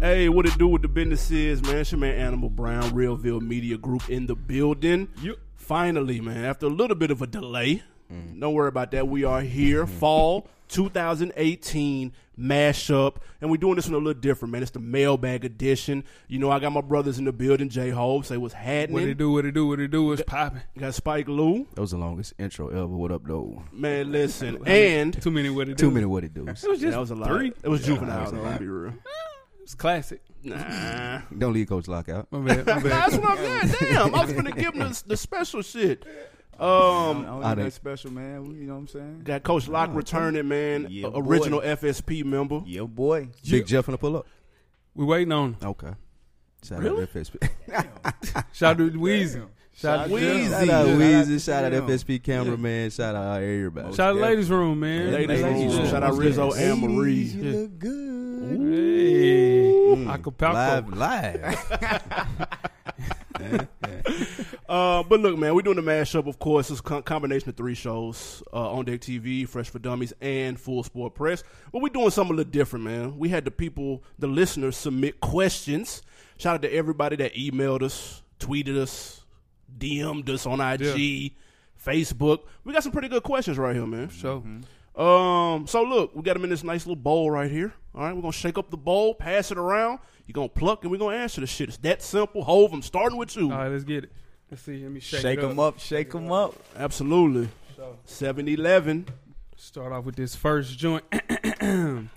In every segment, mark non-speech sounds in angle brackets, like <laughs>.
Hey, what it do with the business is, man? It's your man Animal Brown, Realville Media Group in the building. Yep. Finally, man, after a little bit of a delay, don't worry about that. We are here, fall 2018 mashup, and we're doing this one a little different, man. It's the mailbag edition. You know, I got my brothers in the building, J Hope, say what's What it happening. do, what it do, what it do, it's popping. Got Spike Lou, That was the longest intro ever. What up, though? <laughs> man. Listen, and Too many what it do. Two minute what it <laughs> does. It was just that was a lot. three. It was Yeah, juvenile. that was a though, lot. I'll be <laughs> real. It's classic. Nah. Don't leave Coach Lock out. My <laughs> bad, my That's bad. what I'm saying. Damn, I was gonna give him the, the special shit. <laughs> Um, I I don't think done- that's special, man. We- You know what I'm saying? Got Coach Locke returning, man. Oh, Yeah, O- boy. original FSP member. Yeah, boy. Big Jeff gonna pull up. we waiting on him. Okay. Shout Really? out to FSP. Shout out to Weezy. Shout out to Weezy. Jeff. shout out Yeah. Weezy. Shout out Yeah. FSP cameraman. Shout out everybody. Shout out to Ladies Room, man. Ladies Ladies Room. Room. Shout out Rizzo Hey. and Marie. You look good. Acapulco. Mm. Live, live. Uh, but look, man, we're doing the mashup, of course. It's a co- combination of three shows uh, On Deck TV, Fresh for Dummies, and Full Sport Press. But we're doing something a little different, man. We had the people, the listeners, submit questions. Shout out to everybody that emailed us, tweeted us, DM'd us on IG, Facebook. We got some pretty good questions right here, man. So, Um, so look, we got them in this nice little bowl right here. All right, we're gonna shake up the bowl, pass it around. You're gonna pluck, and we're gonna answer the shit. It's that simple. Hove, I'm starting with you. all right, let's get it. Let's see. Let me shake, Shake it up. them up, shake them up. Absolutely. 7 Eleven. Start off with this first joint. <clears throat>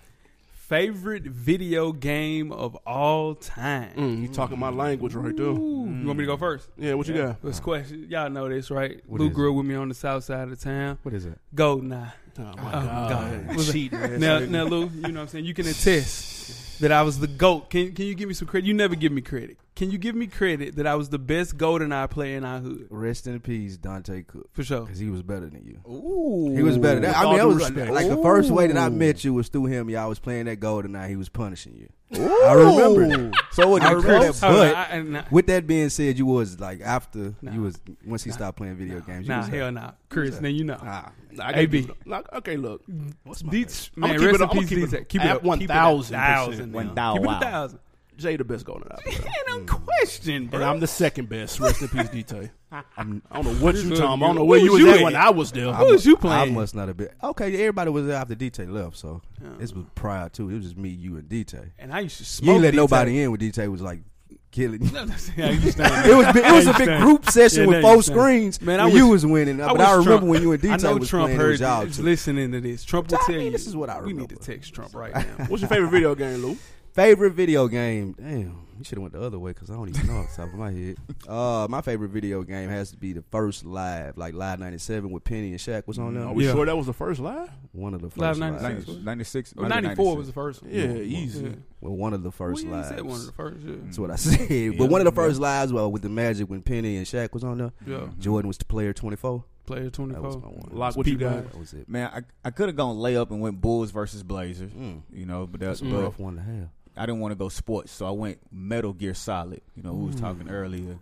Favorite video game of all time. Mm, you talking my language right there. Ooh, You want me to go first? Yeah, what you got? This question, y'all know this, right? What Lou is it? grew up with me on the south side of town. What is it? Goldeneye. Oh, Oh, my God. God. Cheating ass Now, nigga. now, Lou, you know what I'm saying? You can attest that I was the GOAT. Can, can you give me some credit? You never give me credit. Can you give me credit that I was the best GoldenEye player in our hood? Rest in peace, Dante Cook. For sure. Because he was better than you. Ooh. He was better. That, With I all mean, that due was respect. like the first way that I Ooh. met you was through him. Y'all was playing that goal tonight. He was punishing you. Ooh. I remember. So what I you remember credit? that. Hold on, But- I- I- nah, With that being said, you was like after Nah. you was once he stopped playing video games. You nah, was like, hell nah. Chris, now you know. ah, Nah, I gotta AB. keep it up. Nah, okay, look. what's my Deets, I'ma man, keep it- rest in I'ma peace, keep it Deets. up. Keep it At up. Keep it up. 1,000%. Thousand, man. One thou- Keep it a wow. thousand. Jay the best going out. there. Man, I'm questioned, And bro. I'm the second best. Rest in peace, DT. I'm- I don't know what you Who's talking about. I don't know you? where you Who's was you at at? when I was there. Who was you I playing? must not have been okay. yeah, Everybody was there after DT left, so Yeah. this was prior to. It was just me, you, and DT. and I used to You smoke. ain't let Deets. nobody in when DT was like <laughs> killing. you. No, no, see, I used to- It was big- it was a big group session Yeah, with now you four understand. screens. Man, Man, I I was- you was winning, but I was remember Trump. when you and I DT know was Trump playing. heard it was y'all is two. listening to this. Trump will I tell mean, you. this is what I We need to remember. text Trump right <laughs> now. What's your favorite video game, Lou? Favorite video game? Damn, you should have went the other way because I don't even know off the top of <laughs> my head. Uh, my favorite video game has to be the first live, like Live '97 with Penny and Shaq was on there. Are we Yeah. sure that was the first live? One of the first Live live 97. lives. 90- 96. Oh, 94 was the first one. Yeah, easy. Well, one of the first Mm. Well, yeah, you lives. said one of the first. Yeah. That's what I <laughs> said. But one of the first lives well, with the Magic when Penny and Shaq was on there. Yeah. Jordan was the player 24. Player That was my 24. one. Lock what you got. That was it. Man, I, I could have gone layup and went Bulls versus Blazers. Mm. You know, but that's It's a but rough one to have. I didn't want to go sports, so I went Metal Gear Solid. You know, we was talking earlier,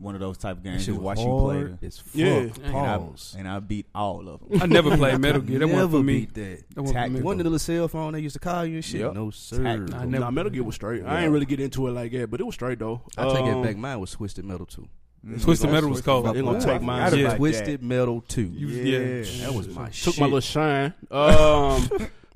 one of those type of games. Just watch you play hard the- as fuck. Yeah. and I, Pause. and I beat all of <laughs> them. I never <laughs> played Metal Gear. That wasn't for Never me. beat that. That wasn't for me. <laughs> Tactical. One of the little cell phone they used to call you and shit. Yep. No sir. I never- nah, Metal Gear was straight. I ain't really get into it like that, but it was straight though. I take Um, it back. Mine was Twisted Metal 2. Mm-hmm. Twisted Metal was cold. They gonna Ooh, take I mine. forgot Yeah. about Twisted Metal 2. You- Yeah. yeah. that was my Took shit. my little <laughs> shine. Um,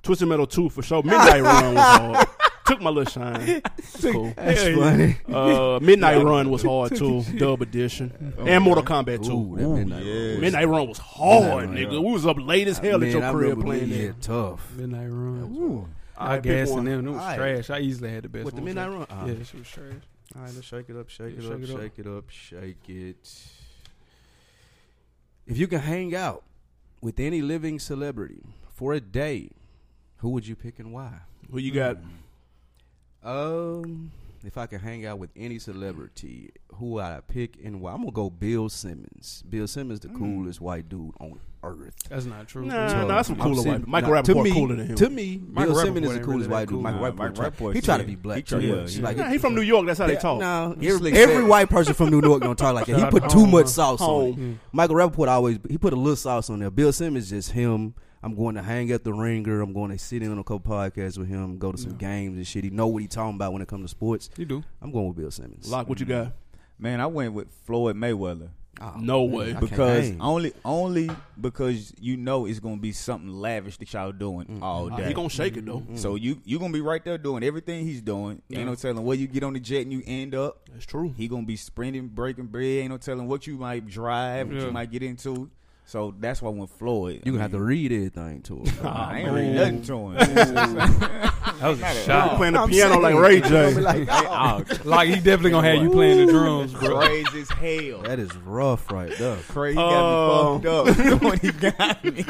Twisted Metal 2 for sure. Midnight Run was <laughs> <laughs> hard. Took my little shine. It's cool. That's funny. Uh, Midnight Run was hard too. Dub edition. and Mortal Kombat 2. Oh, Ooh, that midnight. yeah. Run. Midnight Run was hard, Midnight nigga. Run. We was up late as hell Man, at your I crib remember playing being that. tough. Midnight Run. Ooh. I Alright, pick gas and one. them. It was Alright. trash. I easily had the best With the ones. midnight run. Ah. Yeah, this was trash. All right, let's shake it up, shake Yeah, it shake it up, up. shake it up, shake it. If you can hang out with any living celebrity for a day, who would you pick and why? Who you got? Um, if I could hang out with any celebrity, who would I pick and why? I'm gonna go Bill Simmons. Bill Simmons, the coolest white dude on earth. That's not true. Mm. Nah, So, nah, that's some I'm cooler saying- white. Michael nah, to Rappaport me- cooler than him. To me, Michael Bill Rappaport Simmons is the ain't coolest really that white dude. cool. Michael Nah, Rappaport, Michael tried- Rappaport, he tried to yeah. be He black tried- too yeah, much. yeah. Like Nah, he from New York. That's how they Yeah, talk. No, It's every, like every that. white person from New York don't talk like that. He Shout put out too Homer. much sauce on Home. it. Michael Rappaport always he put a little sauce on there. Bill Simmons just him I'm going to hang at the ringer. I'm going to sit in on a couple podcasts with him. Go to some Yeah. games and shit. He know what he talking about when it comes to sports. You do. I'm going with Bill Simmons. Lock, what you got? Man, I went with Floyd Mayweather Oh, No man, way. I can't because hang. only only because you know it's gonna be something lavish that y'all doing all Uh, day. he gonna shake it though. so you you gonna be right there doing everything he's doing. Ain't no telling where you get on the jet and you end up. That's true. He gonna be sprinting, breaking bread. Ain't no telling what you might drive, what Yeah. you might get into. So that's why I went Floyd. you gonna <laughs> have to read everything to him. <laughs> bro. I ain't read nothing to him. That was <laughs> a shot. Playing the I'm piano saying. like Ray You gonna J. be like, Oh, Like he definitely gonna have you playing the <laughs> drums, bro. crazy as hell. that is rough right there. Crazy Oh. got me fucked up <laughs> when he got me.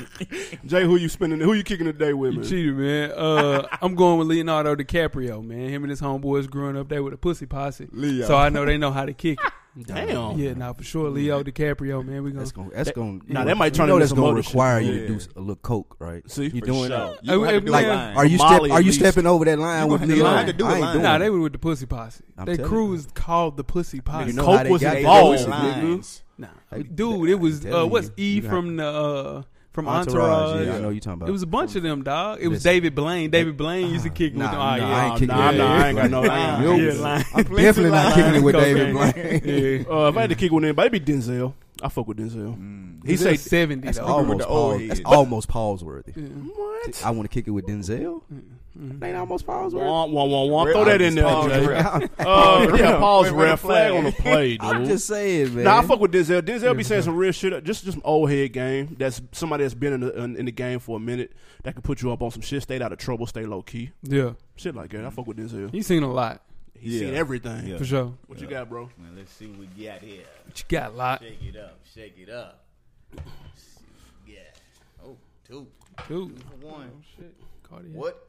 Jay, who you spending? Who you kicking the day with, You man? cheated, man. Uh, I'm going with Leonardo DiCaprio, man. Him and his homeboys growing up, they were the pussy posse. Leo. So I know they know how to kick. <laughs> it. Damn. Yeah, now for sure, Leo DiCaprio, man. We gonna. Oh, That's gonna. That's gonna. nah, you that know- might you turn know into that's some gonna other shit. require you Yeah. to do s- a little coke, right? See? you For doing Sure. that. You gonna have to do Like, a line. are you Molly step, at Are you least. stepping over that line You with gonna have Leo? to I line to ain't do a line. doing Nah, it. they were with the pussy posse. I'm They telling crew is called the pussy posse. You know how Coke they was got They that involved, do nigga. lines. Nah, Hey, dude, that- it was I'm uh, telling what's you, E you got- from the uh, from Entourage? Yeah, I know you talking about. It was a bunch of them, dog. It was Listen. David Blaine. David Blaine <sighs> used to kick nah, with them. nah, Oh, I yeah. ain't kicking nah, with nah, I ain't got David no Blaine. line. You- Yeah, line. I'm definitely not kicking it with David Blaine. <laughs> yeah. Uh, if I had to kick with anybody, it'd be Denzel. I fuck with Mm. Denzel. He He say said seventy. That's though. <laughs> with almost the old Paul. That's head. almost Paul's worthy. Yeah. Mm-hmm. what? I want to kick it with Denzel. That ain't almost Paul's worthy. Womp, womp, womp, womp. Throw that in there, Paul's Jay. rep. Uh, yeah, Paul's Red red flag flag. on the play, I'm dude. just saying, man. Nah, I fuck with Denzel. Denzel be for saying sure. some real shit. Just just some old head game. That's somebody that's been in the in, in the game for a minute that can put you up on some shit. Stay out of trouble. Stay low key. yeah, Shit like that. I fuck with Denzel. you seen a lot He seen Yeah. everything. Yeah. for sure. What you got, bro? Man, let's see what we got here. But you got a lot Shake it up, shake it up. Yeah. Oh, two, too. one. Cardi- What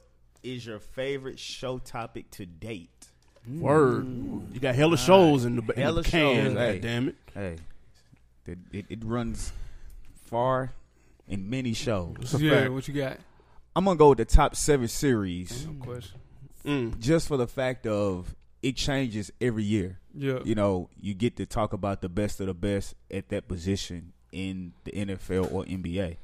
is your favorite show topic to date? Word. You got hella shows in the, in the Mm. Hella can. shows, hey. God damn it. Hey, it, it, it runs far in many shows. Yeah, what you got? I'm gonna go with the top seven series No question. Mm. just for the fact of it changes every year. Yeah, You know, you get to talk about the best of the best at that position in the NFL or NBA.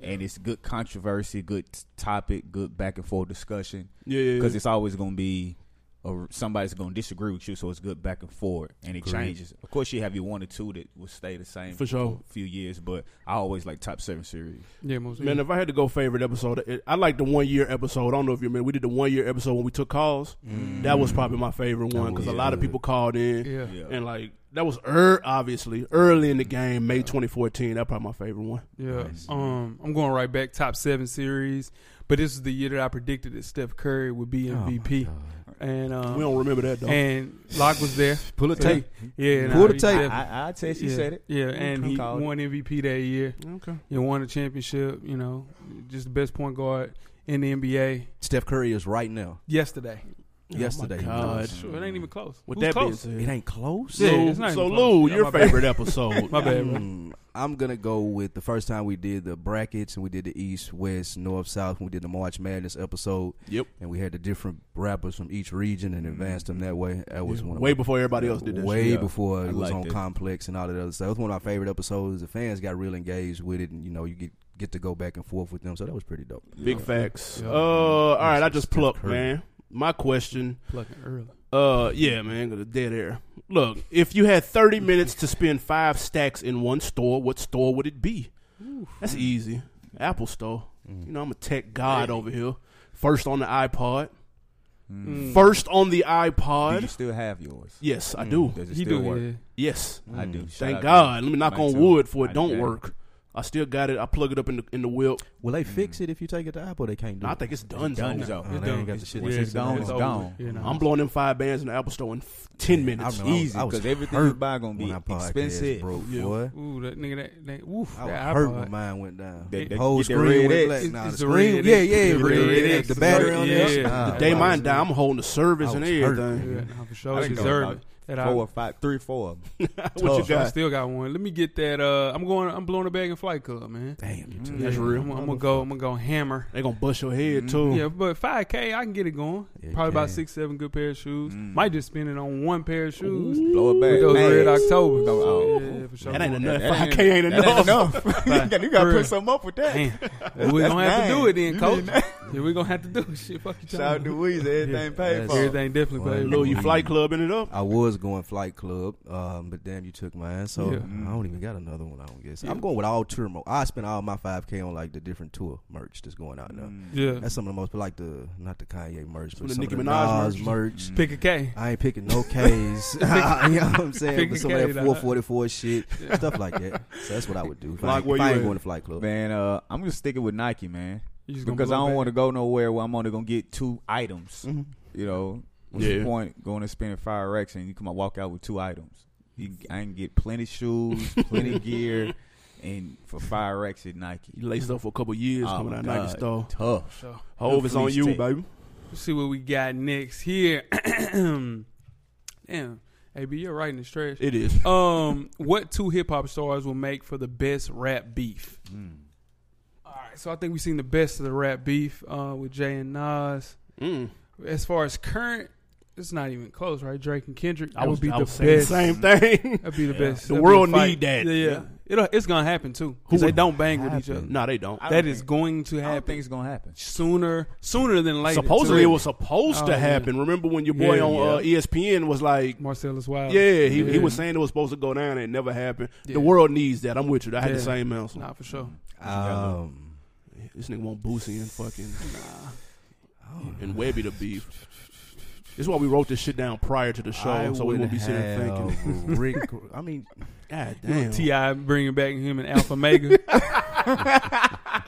And it's good controversy, good topic, good back and forth discussion. Yeah, yeah, because yeah. it's always going to be or somebody's going to disagree with you, so it's good back and forth, and it changes. Of course, you have your one or two that will stay the same For sure. a few years, but I always like top seven series. yeah, Mm. most Man, if I had to go favorite episode, it, I like the one year episode. I don't know if you remember. We did the one year episode when we took calls. Mm. That Mm. was probably my favorite one because a lot of people called in. yeah. yeah, Yeah, And like that was er- obviously early in the game, May 2014. That probably my favorite one. Um, I'm going right back top seven series, but this is the year that I predicted that Steph Curry would Oh, be MVP, and We um, don't remember that though. and Locke was there. Pull a tape. Yeah, nah, Pull the he tape. definitely- I, I tell yeah, Yeah, and he called it. won MVP that year. okay. You won a championship. You know, just the best point guard in the NBA Steph Curry is right now. yesterday. Yesterday, Oh he my God. was. Sure, it ain't even close. With Who's that close? being It said, ain't close. so, Yeah, it's not so even close. Lou, Yeah, your <laughs> my bad. favorite episode? My bad, bro. Mm, I'm gonna go with the first time we did the brackets and we did the East, West, North, South. When we did the March Madness episode, Yep. and we had the different rappers from each region and advanced them that way. That was one of Way my- before everybody else did that. way shit. Yeah, before it I was liked on it. Complex and all that other stuff. It was one of my favorite episodes. The fans got real engaged with it, and you know you get get to go back and forth with them, so that was pretty dope. Big facts. Yeah. Uh, all right, I just Steph plucked, Curry. man. My question Plucking early. Uh, yeah, man, got a dead air. Look, if you had thirty minutes to spend five stacks in one store, what store would it be? That's easy. Apple Store. You know, I'm a tech god over here. First on the iPod. First on the Do you iPod. Mm. still have yours? Yes, I do. Does it He still do work? yeah. Yes, I do. Mm. Shout out thank to God. Let me knock Mike on too. wood for I it don't did. work. I still got it. I plug it up in the in the wheel. Will they fix it if you take it to Apple? They can't do. No, I it. think it's done. Done, though. so. Oh, they ain't got the shit. Once yeah, it's gone, it's over. gone. Yeah, nah. I'm blowing them five bands in the Apple Store in f- ten I minutes. remember I was- Easy I was because everything hurt you buy gonna When be our podcast expensive. broke, Yeah. boy. Ooh, that nigga, that, that oof, I was that hurt iPod. when mine went down. They- The they whole get that screen red went X. black. It's- Nah, it's the the screen, red yeah, X. yeah, It's the red red X. X. The It's battery like- on there. yeah. Nah, the day I mine was- down, I'm holding the service I and was everything. <laughs> Yeah, nah, for sure. I didn't know Deserve about- it. That Mm-hmm. Four I, or five, three or four of them. what you Tough. I got? still got one. Let me get that. Uh, I'm going. I'm blowing a bag in Flight Club, man. Damn, you Yeah, That's real. I'm, I'm gonna go. I'm gonna go hammer. They gonna bust your head too. Yeah, but 5K, I can get it going. Yeah, you Probably about can. six, seven good pair of shoes. Mm. Might just spend it on one pair of shoes. Blow it back. With those Man. red October. Go out. Yeah, for sure. That ain't enough. That ain't- 5K ain't that ain't enough. <laughs> enough. you gotta, you gotta For real. put something up with that. Damn. <laughs> We're gonna have to do nine. it then, You coach. did Yeah, we're gonna have to do it. Shit, fuck you Shout out to talking Weezy. Everything paid about. for. Everything definitely Well, paid. Lil, for. you flight clubbing it up. I was going Flight Club, um, but damn, you took mine. So Yeah. I don't even got another one. I don't guess. Yeah. I'm going with all tour mo I spent all my five k on like the different tour merch that's going out now. Mm. Yeah. That's some of the most, but like the not the Kanye Mm-hmm. Some merch, but of the some Nicki of the Minaj Nas merch. Mm. merch. Pick a K. I ain't picking no <laughs> K's. <laughs> you know what I'm saying? Pick a But some of K, that dog. 444 shit, stuff like that. So that's what I would do. If Like I, ain't- where if I you ain't at? going to Flight Club. Man, uh, I'm just sticking with Nike, man, You just gonna because I blow don't it want to back. Mm. go nowhere where I'm only gonna get two items. Mhm. You know, what's the Yeah. point going and spending five racks and you come out walk out with two items? You, I can get <laughs> plenty shoes, plenty gear, and for five racks at Nike. You laced up for a couple years Oh, coming out of God. Nike store. Tough. So, Hove is on fleece you, tech. baby. let's see what we got next here. <clears throat> Damn. AB, you're writing is trash. It is. Um, what two hip hop stars will make for the best rap beef? Hmm. Mm. All right, so I think we've seen the best of the rap beef uh, with Jay and Nas. Mm. As far as current, it's not even close, right? Drake and Kendrick. That I was, would be I the was saying the best. same thing. <laughs> That'd be the best. The That'd be world a fight. need that. Yeah, yeah. It'll, it's gonna happen too. Who Because they would don't bang with each other. happen? no, they don't. I don't That is think- going to I don't happen think it's gonna happen. sooner, sooner than later. Supposedly, it too. was supposed Oh, to yeah. happen. Remember when your boy Yeah, on Uh, ESPN was like, Marcellus Wild. "Yeah, he, he Yeah. was saying it was supposed to go down, and it never happened." Yeah. The world needs that. I'm with you. I had Yeah. the same answer. Nah, for sure. Um, This nigga want Boosie and fucking Nah. and Webby to beef. This is why we wrote this shit down prior to the show, I so we would won't be sitting there have thinking. <laughs> Rick, I mean, God Damn. damn. Ti bringing back him and Alpha Mega. I,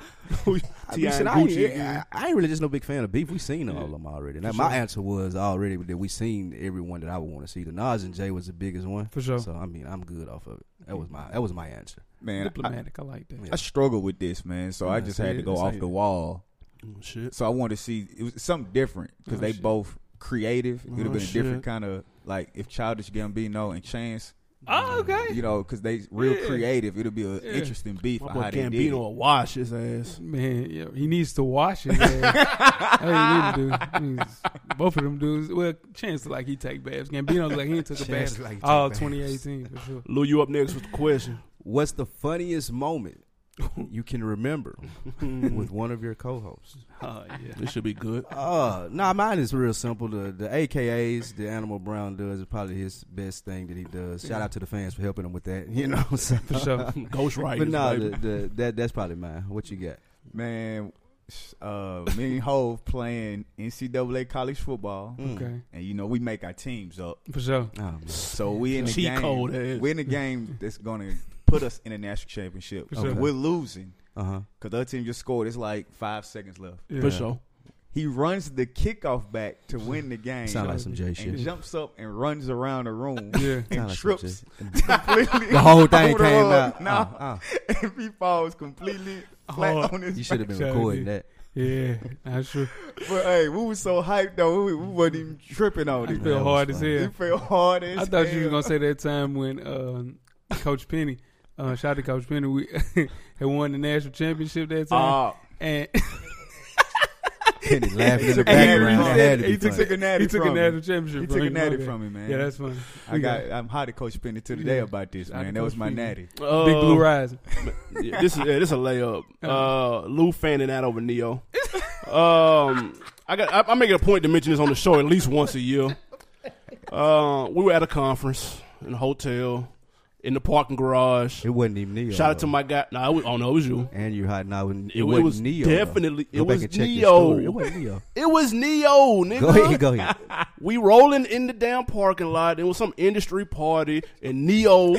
T.I. mean, shit, and I, ain't, Gucci again. I- I ain't really just no big fan of beef. We seen all of them already. Now, my answer was already that we seen everyone that I would want to see. The Nas and Jay was the biggest one. For sure. So I mean, I'm good off of it. That was my that was my answer. man, I, Diplomatic. I like that. Yeah. I struggle with this, man. So I Yeah, just see had to it, go see off it. the wall. Oh, shit. So I wanted to see it was something different because Oh, they shit. both creative. It would Oh, have been a shit. different kind of like if Childish Gambino and Chance, Oh, okay. you know, because they real Yeah. creative. It'll be an Yeah. interesting beef. My on boy how they did Gambino it. will wash his ass. Man, yeah, he needs to wash it. Man. That's what he need to do. He needs- both of them dudes. Well, Chance look like he take baths. Gambino look like he ain't took a Chance bath look like he all take baths. 2018 for <laughs> sure. Lou, you up next with the question. What's the funniest moment you <laughs> can remember with one of your co-hosts? Oh yeah. This should be good. <laughs> Uh, nah, mine is real simple. The the AKAs, the Animal Brown does is probably his best thing that he does. Shout out to the fans for helping him with that. <laughs> You know, <laughs> so. For sure. Ghost But Riders. no, the, baby. the, that that's probably mine. What you got? Man, sh- uh, me and Hove playing NCAA college football, Okay. and you know we make our teams up. For sure. Mm. Oh, man. So we in the Cheat game. code ass. We're in the game that's gonna put us in the national championship. For sure. We're losing Uh huh. because the other team just scored. It's like five seconds left. Yeah. For sure. He runs the kickoff back to win the game. Sound like some Jay and shit. jumps up and runs around <laughs> the room <laughs> Yeah. and Sound like some trips shit. completely. The whole thing on the came rug. out. No, Uh, <laughs> uh. and he falls completely flat Oh, on his. You <laughs> should have been Sure recording did. that. Yeah. That's true. But hey, we was so hyped though. We, we wasn't even tripping on I it. feel was hard as funny. It hell. felt hard as I thought you was hell. gonna say that time when um, Coach Penny. Uh, shout out to Coach Penny. We <laughs> had won the national championship that time, Uh, and Penny laughing in the <laughs> Hey, Henry background. said That had to he be took funny. a natty he took a from me. national championship. He from took a him. My natty bad. from me, man. Yeah, that's funny. I We got. I'm hot at Coach Penny to the day Yeah. about this, Shout out to man. That was Coach my Penny. natty. Uh, Big Blue Rise. yeah, this is yeah, this is a layup. Uh. Uh, Lou fanning out over Neo. Um, I got I, I make it a point to mention this on the show at least once a year. Uh, we were at a conference in a hotel in the parking garage. It wasn't even Neo. Shout out to though. my guy. No, it was, oh no, it was you. And you hiding out with It, it, wa- it wasn't was Neo. though. definitely Go it back was and check this Neo. story. It wasn't Neo. It was Neo, nigga. Go ahead, go ahead. We rolling in the damn parking lot. It was some industry party, and <laughs> Neo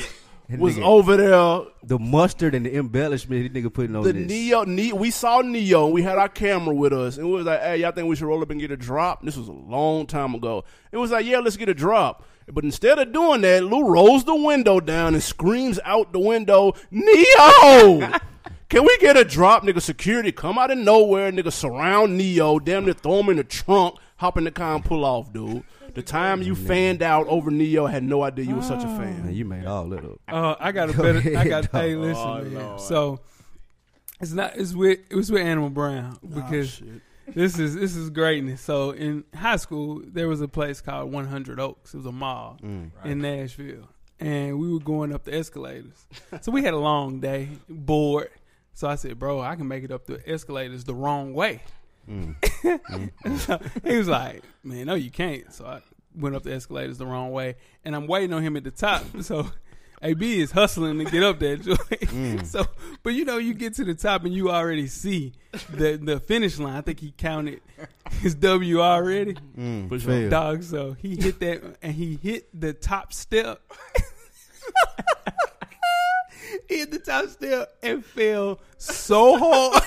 was nigga- over there The mustard and the embellishment this nigga putting on the this. Neo, ne- we saw Neo, and we had our camera with us, and we was like, "Hey, y'all think we should roll up and get a drop?" This was a long time ago. It was like, "Yeah, let's get a drop." But instead of doing that, Lou rolls the window down and screams out the window, <laughs> "Neo!" Can we get a drop, nigga? Security come out of nowhere, nigga. Surround Neo, damn near throw him in the trunk, hop in the car and pull off, dude. The time you fanned out over Neo, I had no idea you were such a fan. Man, you made all that up. Uh, I got a Go better. I ahead, got. dog. hey, listen, Oh, man. Lord. So it's not. It's with. It was with Animal Brown Oh, because this is this is greatness. So in high school, there was a place called 100 Oaks. It was a mall Mm. in Nashville, and we were going up the escalators. so we had a long day, bored. So I said, "Bro, I can make it up the escalators the wrong way." Mm. <laughs> he was like, "Man, no, you can't." So I went up the escalators the wrong way, and I'm waiting on him at the top. <laughs> So AB is hustling to get up there. Joy. <laughs> So, but you know, you get to the top and you already see the the finish line. I think he counted his W already, Mm. For sure. Fail. dog. So he hit that and he hit the top step. <laughs> He hit the top step and fell so hard.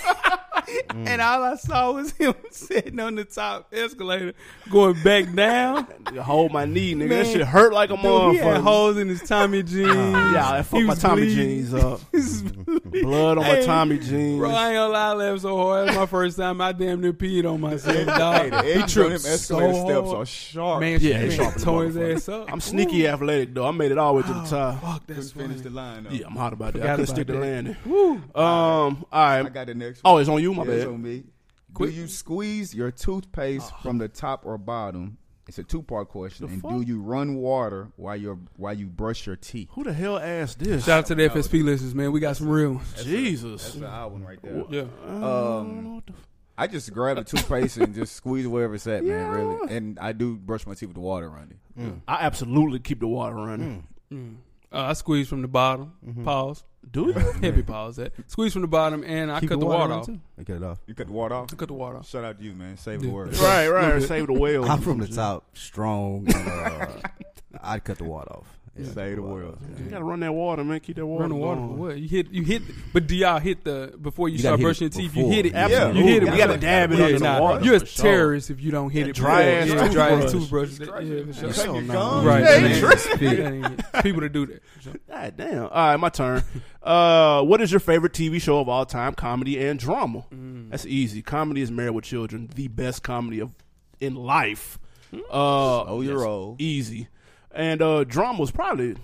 And all I saw was <laughs> him sitting on the top escalator, going back down. Hold my knee, nigga. Man. that shit hurt like a Dude, he had motherfucker. holes in his <laughs> Tommy jeans. yeah, I fucked Ah. He my was Tommy bleeding. <laughs> jeans up. He was bleeding. Blood on my Hey, Tommy jeans. Bro, I ain't gonna lie, I laughed so hard. That was my first time. I damn near peed on myself, dog. He tripped so escalator steps hard. are sharp. Man, Yeah, yeah, he man sharpened the tore his ass up. Oh, I'm uh, sneaky athletic though. I made it all the way to the top. Fuck, Couldn't that's finish funny. the line. Though. Yeah, I'm hot about that. I couldn't stick Forgot about the that. landing. Woo. Um, all right. I got the next. one. oh, it's on you, my Yeah, bad. it's on me. Quick. Do you squeeze your toothpaste from the top or bottom? It's a two-part question. The and fuck? do you run water while you are while you brush your teeth? Who the hell asked this? Shout out to the FSP listeners, man. We got some real ones. Jesus. an odd one right there. Yeah. Um, I just grab the toothpaste and just squeeze wherever's at, man. Really, and I do brush my teeth with the water around it. I absolutely keep the water running. Mm. Uh, I squeeze from the bottom. Pause. Do you? Heavy pause that. Squeeze from the bottom, and I cut the water, on off. too? I cut it off. You cut the water off. I cut the water off. Shout out to you, man. Save Yeah. the word. <laughs> right, right. Save the whale. I'm from the top, strong. and, uh, I'd cut the water off. Yeah, Save cut the water world. off. You gotta run that water, man. Keep that water. Run the water for going. what? You hit. You hit. But do y'all hit the before you, You gotta start hit brushing your it teeth? You before. hit it. Absolutely. You hit it. You gotta before- dab it yeah, under the nah, water. You're a for sure. terrorist if you don't hit it. dry ass before- yeah, dry ass toothbrush. toothbrush. Yeah, for sure. That's so nice. Right. Yeah, man. he Yeah, People that do that. God damn. All right, my turn. <laughs> Uh, what is your favorite TV show of all time? Comedy and drama. Mm. That's easy. Comedy is Married with Children, the best comedy of in life. Mm. Uh, Oh, you're old. E- easy. And uh, drama was probably,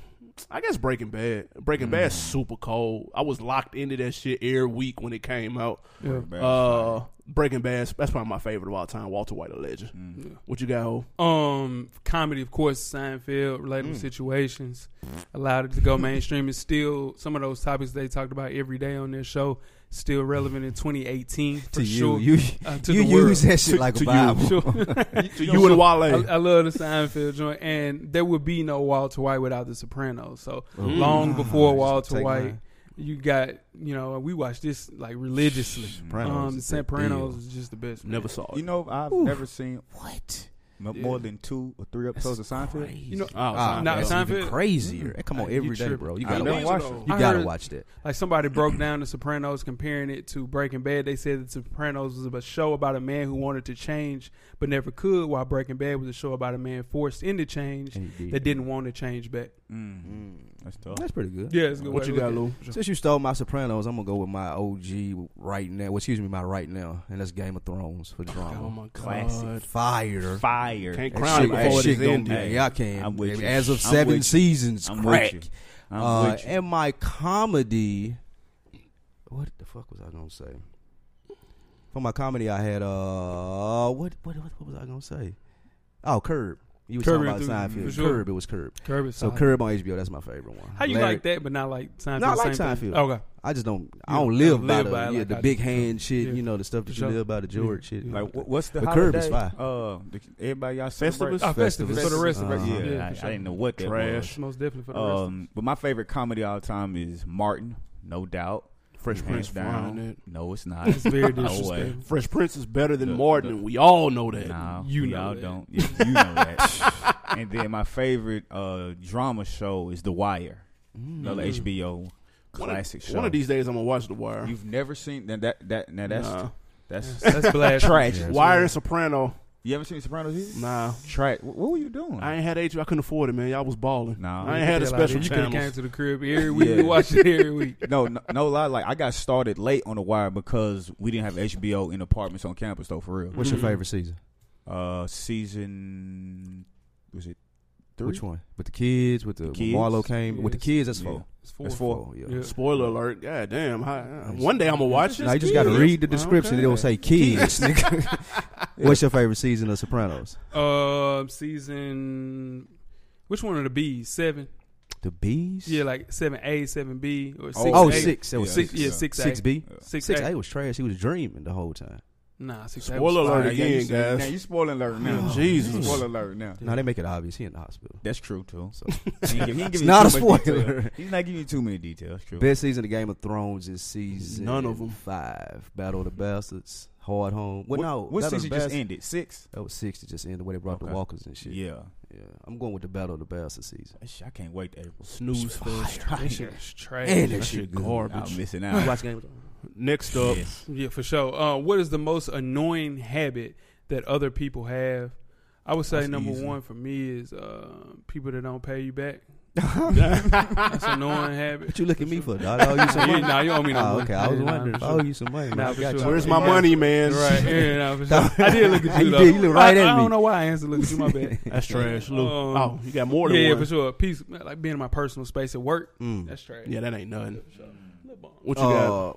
I guess, Breaking Bad. Breaking Bad's Mm. super cold. I was locked into that shit every week when it came out. Yeah. Uh, Breaking Bad. That's probably my favorite of all time. Walter White, a legend. Mm. What you got? Ho? Um, comedy, of course, Seinfeld, Mm. relatable situations allowed it to go mainstream. It's still some of those topics they talked about every day on their show still relevant in 2018 for To sure. you, you, Uh, <laughs> to you the world. use that shit like to a you. Bible. To you and Wale. I, I love the Seinfeld joint, and there would be no Walter White without The Sopranos. So Mm. long <laughs> before Walter Oh, Take White, mine. you got you know we watched this like religiously. Sopranos Um, is The the Sopranos deal. is just the best. man. Never saw it. You know, I've never seen what more than two or three episodes of Seinfeld. you know, Oh, Ah, Seinfeld. Nah, that's even Seinfeld- crazier. That come on Hey, you every day, tripping. bro. You I gotta never watch. watched it. You I gotta heard- watch that. Like somebody broke down The Sopranos, comparing it to Breaking Bad. They said that Sopranos was a show about a man who wanted to change but never could, while Breaking Bad was a show about a man forced into change And he did. that didn't want to change back. Mm. Mm. That's tough. That's pretty good. Yeah, it's a good. what way you to got, look Lou? at it. Since you stole my Sopranos, I'm gonna go with my OG right now. Well, excuse me, my right now, and that's Game of Thrones for drama. Oh my god. Classic. Fire. Fire. Can't That crown it shit- before that it shit is gonna ended. be- Yeah, I can. I'm with you. As of I'm 7 with you. seasons, I'm crack. with you. I'm Uh, with you. and my comedy, what the fuck was I gonna say? For my comedy, I had uh, what what what, what was I gonna say? Oh, Curb. You were Curb talking about Enthusiasm, Seinfeld. for sure. Curb. It was Curb. Curb is So solid. Curb on HBO. That's my favorite one. How you Larry- like that, but not like Seinfeld? Not like same thing? Seinfeld. Okay. I just don't. I You don't don't live, by, live the, by it yeah, like the I big do. hand shit. Yeah. You know the stuff that For you sure. live by the George shit. Yeah. Mm-hmm. Like wh- what's the The curb holiday? is fire. Uh, the, everybody y'all Festivus? celebrate? Oh, Festivus. Festivus. for the rest of Festivus, us. Uh-huh. Yeah, yeah I, for sure. I didn't know what that Trash. <laughs> Most definitely for was. the rest. Um, but my favorite comedy all time is Martin, no doubt. Fresh Prince Hands flying down. it. No, it's not. It's very No way. disrespectful. Fresh Prince is better than The- Martin. the- and we all know that. No, You you know know that. don't. Yeah, you know that. and then my favorite uh, drama show is The Wire. Another HBO One of- classic show. One of these days, I'm gonna watch The Wire. You've never seen that. That, that now that's Nah. that's That's blasphemy. trash. Yeah. Wire and Soprano. You ever seen Sopranos? Either? Nah, Trash. Wh- What were you doing? I ain't had HBO. I couldn't afford it, man. Y'all was balling. Nah. I ain't had a Hell, I did. special You could have came channel. to the crib every week. We Yeah. watched it every week. no, no, no lie. Like I got started late on the wire because we didn't have HBO in apartments on campus though. For real, What's your favorite season? uh, season was it three? Which one? With the kids, with the, kids? when Marlo came with the Yes. kids. That's Yeah. four. It's That's four. four. yeah. Yeah. Spoiler alert! God damn! How, uh, one day I'm gonna watch it. Now you just got to kids. read the description. Okay. It'll say kids. nigga. <laughs> What's your favorite season of Sopranos? Um, season. Which one of the B's? Seven. The bees. Yeah, like seven A, seven B, or six. Oh, A. six. That was Yeah. Six. six. Yeah, six. A. Six B. Six. Six A. A was trash. He was dreaming the whole time. Nah, six. A was Spoiler fire. alert Alright, yeah, you again, see- Now guys. you spoiling alert now. Oh, Jesus. Spoiler alert now. Now they make it obvious. He in the hospital. That's true too. So. He ain't give- he ain't It's give you not too a much spoiler. detail. He's not giving you too many details. True. Best season of Game of Thrones is season None of 'em. Five. Battle of the Bastards. Hard Home. Well, what, no. what Battle of the season just Bastards- ended? Six. That was six to just end the way they brought Okay. the walkers and shit. Yeah. Yeah. I'm going with the Battle of the Bastards season. Sh- I can't wait to April. Snooze fest. <laughs> That shit was trash. And That shit garbage. I'm <laughs> missing out. watch Game of Thrones. Next up, Yes. Yeah, for sure. Uh, what is the most annoying habit that other people have? I would say That's number easy. one for me is uh, people that don't pay you <laughs> back. That's an annoying habit. What you look at me for, <laughs> dog? I owe you <laughs> some Yeah, money. nah, you owe me no Oh, money. okay. I was Yeah, <laughs> nah, wondering. for I sure. owe you some money. man. Nah, I for got sure. you. where's my Yeah. money, man? Right. Yeah, nah, for <laughs> sure. I did look at You you. though. did. You looked right I, at I me. don't know why I answered. Look at you. My <laughs> bad. <laughs> That's trash, Lou. Um, oh, you got more than yeah, yeah, one. for sure. Peace, man, like being in my personal space at work. Mm. That's trash. Yeah, that ain't nothing. Lip balm. What you got? Uh,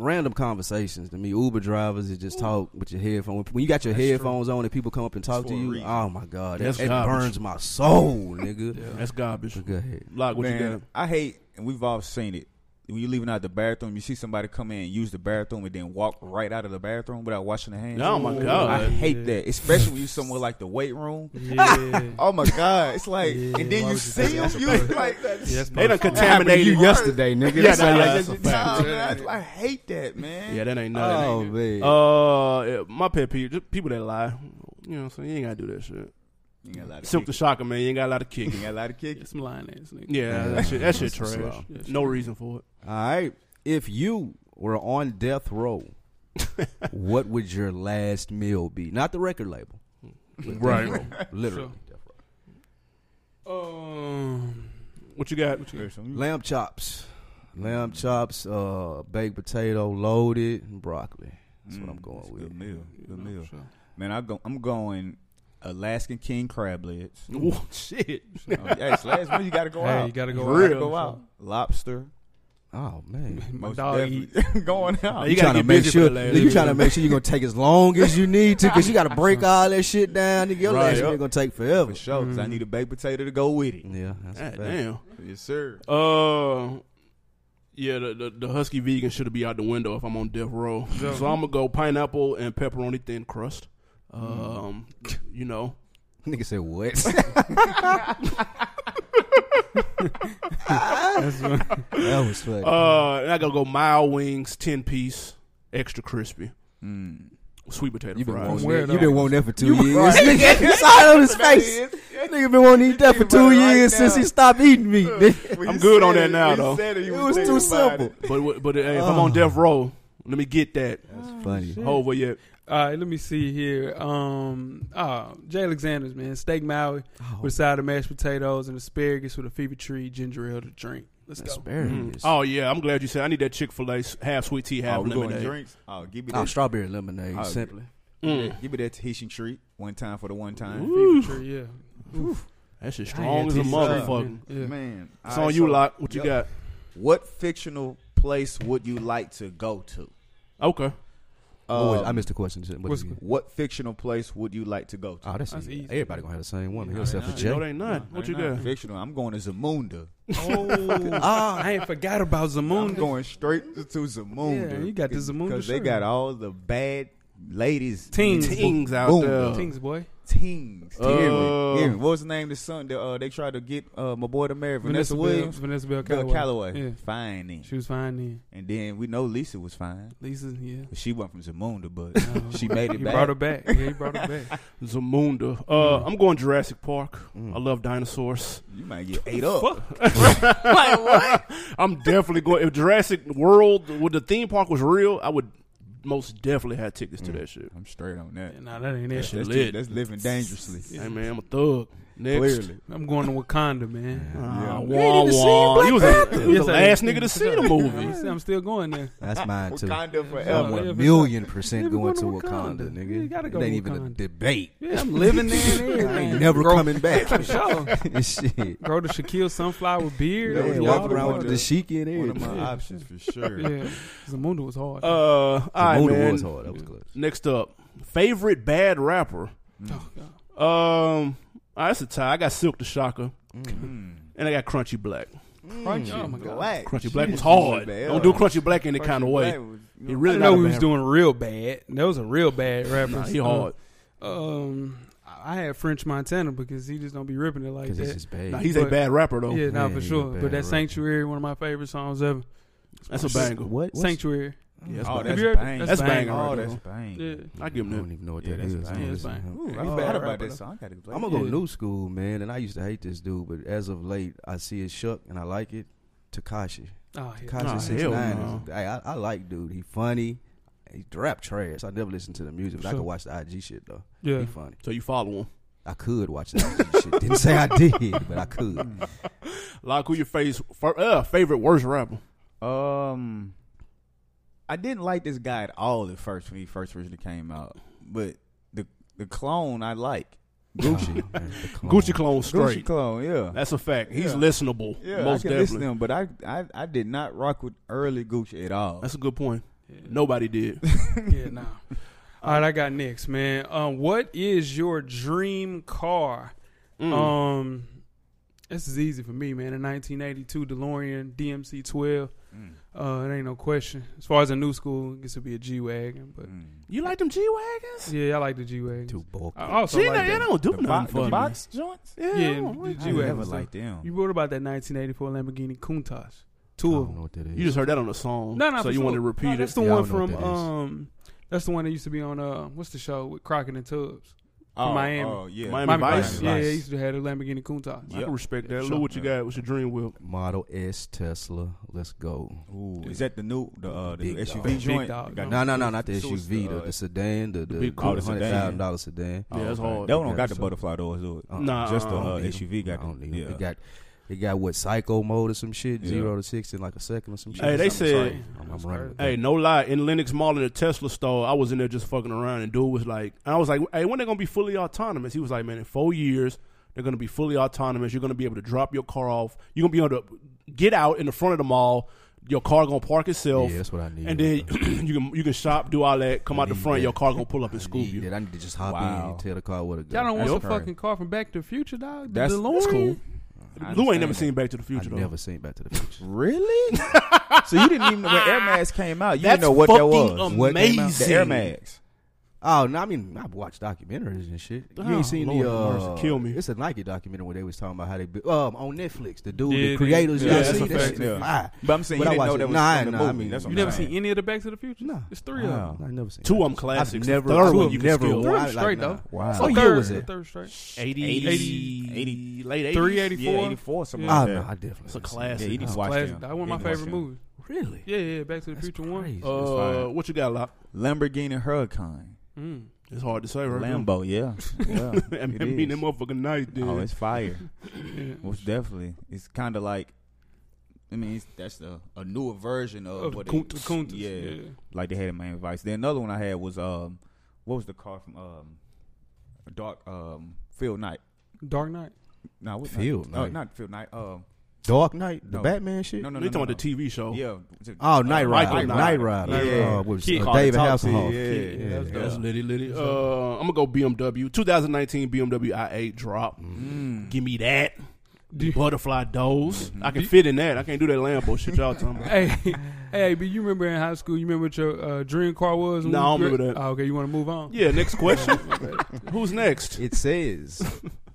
random conversations to me. Uber drivers that just talk with your headphones. When you got your headphones on and people come up and talk It's to for a you, reason. oh my god, that, That's that garbage. burns my soul, nigga. That's garbage. Go ahead. Block what you got. Man, I hate, and we've all seen it. When you're leaving out the bathroom, you see somebody come in and use the bathroom and then walk right out of the bathroom without washing their hands. Oh my Ooh. God. I hate Yeah. that, especially when you somewhere like the weight room. <laughs> Yeah. Oh my god, it's like, Yeah. and then Why you would you see do them, that? you like, Yeah, that's They done bullshit. contaminated you yesterday, nigga. Yeah, That's nah, how nah, you- that's a fact. Nah, man, I, I hate that, man. Yeah, that ain't nothing. Oh man. Uh, yeah, my pet peeve, just people that lie. You know what I'm saying? You ain't gotta do that shit. you got a lot of Simple kicking. shocker, man. You ain't got a lot of You kicking. got a lot of Yeah, <laughs> kicking. some lying ass nigga. <laughs> Yeah, that shit, that shit That's trash. slow. Yeah, No reason for it. All right. If you were on death row, what would your last meal be? Not the record label. Death Right. row, Literally. Sure. Um, What you got? What There's some- Lamb chops. Lamb chops, uh, baked potato loaded, and broccoli. That's what I'm Mm, going that's a with. Good meal. Good no, meal. for sure. Man, I go, I'm going Alaskan king crab legs. <laughs> shit. <laughs> Oh, yeah, it's last one. You got to go Hey, out. you gotta go Real. out. Gotta go out. Lobster. Oh man. My Most dog eat. definitely. <laughs> going out. You You, gotta trying to get make busy for sure the last you meal. trying to make sure you're gonna take as long as you need to, cause you gotta <laughs> break all that shit down. Nigga, your Right, last yup. meal gonna take forever. For sure, 'cause I Mm. need a baked potato to go with it. Yeah, that's a God fact. damn. Yes, sir. Uh, yeah, the, the the husky vegan should be out the window if I'm on death row. Yeah. So I'm gonna go pineapple and pepperoni thin crust. Um, you know, Uh, <laughs> Nigga <laughs> said what? That's what- that was funny. uh, and I gotta go mild wings, ten piece, extra crispy, Mm. sweet potato You been fries. wanting Where that. though? You been wanting that for two <laughs> years. Nigga, it's all on his face. <laughs> That nigga been wanting to eat that for two Right years now. since he stopped <laughs> eating meat. nigga. When I'm you good said on that it, now, when you though. said you It was was thinking too about simple. it. But wh- but uh, if I'm Oh. on death row, let me get that. That's funny. Hove where <clears throat> you at? All right, let me see here. Um, oh, Jay Alexander's man, steak Maui Oh, with a side of mashed potatoes and asparagus with a fever tree ginger ale to drink. Let's go. asparagus. Oh yeah, I'm glad you said. I need that Chick Fil A half sweet tea, half Oh, we going lemonade. drinks. Oh, give me Oh, that. strawberry lemonade. Oh, simply. Mm. Give me that Tahitian treat. One time for the one time. Ooh. Fever tree, yeah. That shit I strong ain't as a had TC's. motherfucker. Yeah. Man, It's all on right, you, so Lock. What you Yep. got? What fictional place would you like to go to? Okay. What was- Um, Oh, I missed the question. What what's- did you- what fictional place would you like to go to? Oh, that's, That's easy. easy. Everybody gonna have the same one No, except for they not. Jay. No, they not. No, what they you not got? Fictional. I'm going to Zamunda. <laughs> Oh, I ain't forgot about I'm Zamunda. going straight to Zamunda. Yeah, you got the Zamunda because they shirt. got all the bad ladies, Teens. Tings out Boom. there. Things, boy. teens. Oh. Hear me, hear me. What was the name of the son that uh, they tried to get uh, my boy to marry? Vanessa, Bell- Williams, Vanessa Bell Bill Calloway. Calloway. Yeah. Fine then. She was fine then. And then we know Lisa was fine. Lisa, <laughs> yeah. But she went from Zamunda, <laughs> but No. she made He it brought back. her back. Yeah, he brought her <laughs> back. Zamunda. Uh, Mm. I'm going Jurassic Park. Mm. I love <laughs> dinosaurs. You might get ate up. <laughs> I'm definitely going. If Jurassic World, with the theme park was real, I would most definitely have Mm. tickets to that shit. I'm straight on that. Nah, that ain't That it. shit That's, lit. that's living dangerously. Hey man, I'm a thug. Next. Clearly. I'm going to Wakanda, man. Uh, Ah, You wah, wah. You was, you was Yes, the I last did. nigga to <laughs> see the movie. I'm, I'm still going there. That's mine too. Wakanda I'm forever. Yeah, one but- million percent Yeah, going to but go to Wakanda. Wakanda, nigga. You gotta go it to ain't even a Wakanda. debate. Yeah, I'm living there. and I ain't everything. never grow, coming back. For sure. Shit. Grow the Shaquille sunflower beard. Man, Yeah, walk y'all around the with the sheik in One there. of my Yeah. options for sure. Yeah, Zamunda was hard. Uh, all right, man. was hard. That was clutch. Next up, favorite bad rapper. Oh, God. Um, all right, that's a tie. I got Silk the Shocker, Mm. and I got Crunchy Black. Crunchy Oh my God. Black. Crunchy Black Jesus, was hard. man. Don't do Crunchy Black any Crunchy kind of Black way. was- He I really didn't not know a we bad was doing real bad. That was a real bad rapper. rapper. Nah, he hard. Um, I had French Montana because he just don't be ripping it like Because it's that. just bad. Nah, he's a but- bad rapper though. Yeah, nah, Yeah, for he a sure. bad But that rapper. Sanctuary, one of my favorite songs ever. That's a banger. What? What's- Sanctuary. Yeah, that's Oh, bad. that's you heard- bang. That's Oh, bang. banger. Oh, right that's there. bang. Yeah. I give him I that. don't even know what Yeah, that that's is. bang. I don't Yeah, it's bang. listen to him. Ooh, I He's bad forgot about rapper, that though. song. I gotta play I'm it. gonna go Yeah. new school, man. And I used to hate this dude, but as of late, I see it shook and I like it. Takashi, Oh, yeah. Takashi Nah, six hell nine. no. Is, I, I, I like dude. He funny. He rap trash. I never listened to the music, but I Sure. could watch the IG shit though. yeah. He funny. So you follow him. I could watch the IG shit. <laughs> Didn't say I did, but I could. <laughs> Like who your face, fir- uh, favorite worst rapper? Um, I didn't like this guy at all at first when he first originally came out, but the the clone I like Gucci, The clone. <laughs> Gucci Clone Gucci straight. clone, yeah, That's a fact. He's Yeah. listenable. yeah, most I can definitely. listen to him, but I, I I did not rock with early Gucci at all. That's a good point. Yeah. Nobody <laughs> did. yeah, nah. All right, I got next, man. Um, what is your dream car? Hmm. Mm. Um, this is easy for me, man. A 1982 DeLorean DMC 12. Mm. Uh, it ain't no question. As far as a new school, this would be a G wagon, <laughs> but Mm. you like them G wagons? yeah, I like the G wagon. Too bulky. I also G, like they that. don't do The, bo- nothing the for me. box joints. Yeah, Yeah, I don't like the I that. G-Wagon. never so- liked them. You wrote about that 1984 Lamborghini Countach. I Two of don't know them. what that is. You just heard that on the song. No, no, so for you sure. wanted to No, repeat that's it. the Yeah, I one don't know what from that is. um. That's the one that used to be on uh. What's the show with Crockett and Tubbs? oh, Miami. Oh, yeah. Miami Miami Vice? Vice. Yeah, yeah, he used to have the Lamborghini Countach. I can respect that. Sure. Lou, what you got? What's your dream whip? Model S Tesla. Let's go. Ooh, is that the new the uh, the Big dog. SUV Big joint? dog. Got- No, no, no, not the So it's SUV, the, uh, the sedan, the, the, big car. hundred thousand dollar sedan. Oh, Yeah, Oh, that's okay. hard. That one don't got Yeah, the so- butterfly doors, do it? Uh, Nah. Just the I don't uh, need 'em. SUV I got. don't the- need 'em. yeah. It got it got what psycho mode or some shit, Yeah. zero to sixty in like a second or some shit. Hey, they Something said- like that. I'm, I'm That's running. with Hey, no lie. In Lennox Mall in the Tesla store, I was in there just fucking around, and dude was like, and I was like, hey, when they gonna be fully autonomous? He was like, man, in four years, they're gonna be fully autonomous. You're gonna be able to drop your car off. You're gonna be able to get out in the front of the mall. Your car gonna park that. itself, Yeah, that's what I need. and then <clears throat> you can you can shop, do all that, come I out the need front. that. Your car gonna pull up and I scoop need you. that. I need to just hop in Wow. and tell the car where to go. Y'all don't want That's some crazy. fucking car from Back to the Future, dog. The That's- DeLorean. that's cool. I Lou ain't understand never that. seen Back to the I Future though. never seen Back to the Future. <laughs> Really? so you didn't even when Air Max came out, you That's didn't know what that was. fucking What came out? amazing. The Air Max. Oh no! I mean, I've watched documentaries and shit. You Oh, ain't seen Lord the have uh, mercy. Kill me. It's a Nike documentary where they was talking about how they bu- um on Netflix. The dude, Yeah, it the is. creators, Yeah, y'all that's see a that fact, shit? yeah. Fire. But I'm saying But I you didn't watched know it. that was Nah, from the nah, I movie. mean, That's You what I'm never saying. seen any of the Back to the Future? No. It's three of Wow. them. No, I never seen Two that. of them classics. I've never the third two one of you them. can never skill. Third watched. was straight, Nah. though. Wow. What Third- year was it? Third straight. 80, 80s, 80s. late 80s. 384. Yeah, 84, something Oh, like no, that. I definitely. It's a didn't see classic. Yeah, you need That's to watch Classic. them. That one You of need my to watch favorite them. movies. that. Really? Yeah, yeah, Back to the That's Future crazy. Uh, fire. what you got, Lock? Lamborghini Huracan. one. It's hard to say, right? Lambo, yeah. yeah <laughs> and it I mean, is. that motherfucking nice, <laughs> dude. Oh, it's fire. Mm, yeah. Most definitely. It's kind of like, I mean, it's, that's the, a newer version of Of what the they- Kuntas, Kuntas, yeah, Uh, yeah. like they had in Miami Vice. Then another one I had was um, what was the car from um, Dark um, Phil Knight? Dark Knight. No, what's Phil not, Knight. No, Oh, not Phil Knight. Um, Dark Knight, the No. Batman shit. no, no, no, they no, talking no. about the Ah, TV show. Yeah. was it- Oh, Night uh, Rider, Michael Night Rider. Yeah. Uh, with Kid uh, Call David to Talk to. Hasselhoff. Yeah. Yeah, that's That's dope. litty, litty. Uh, I'm gonna go BMW. 2019 BMW i8 drop. Mm-hmm. Mm. Give me that Do you- Mm-hmm. butterfly doze. I can fit in that. I can't do that Lambo shit y'all talking about. <laughs> hey, hey, but you remember in high school? You remember what your uh, dream car was? when No, I we don't were- remember that. Oh, okay, you want to move on? Yeah, next question. Who's next? It <laughs> says,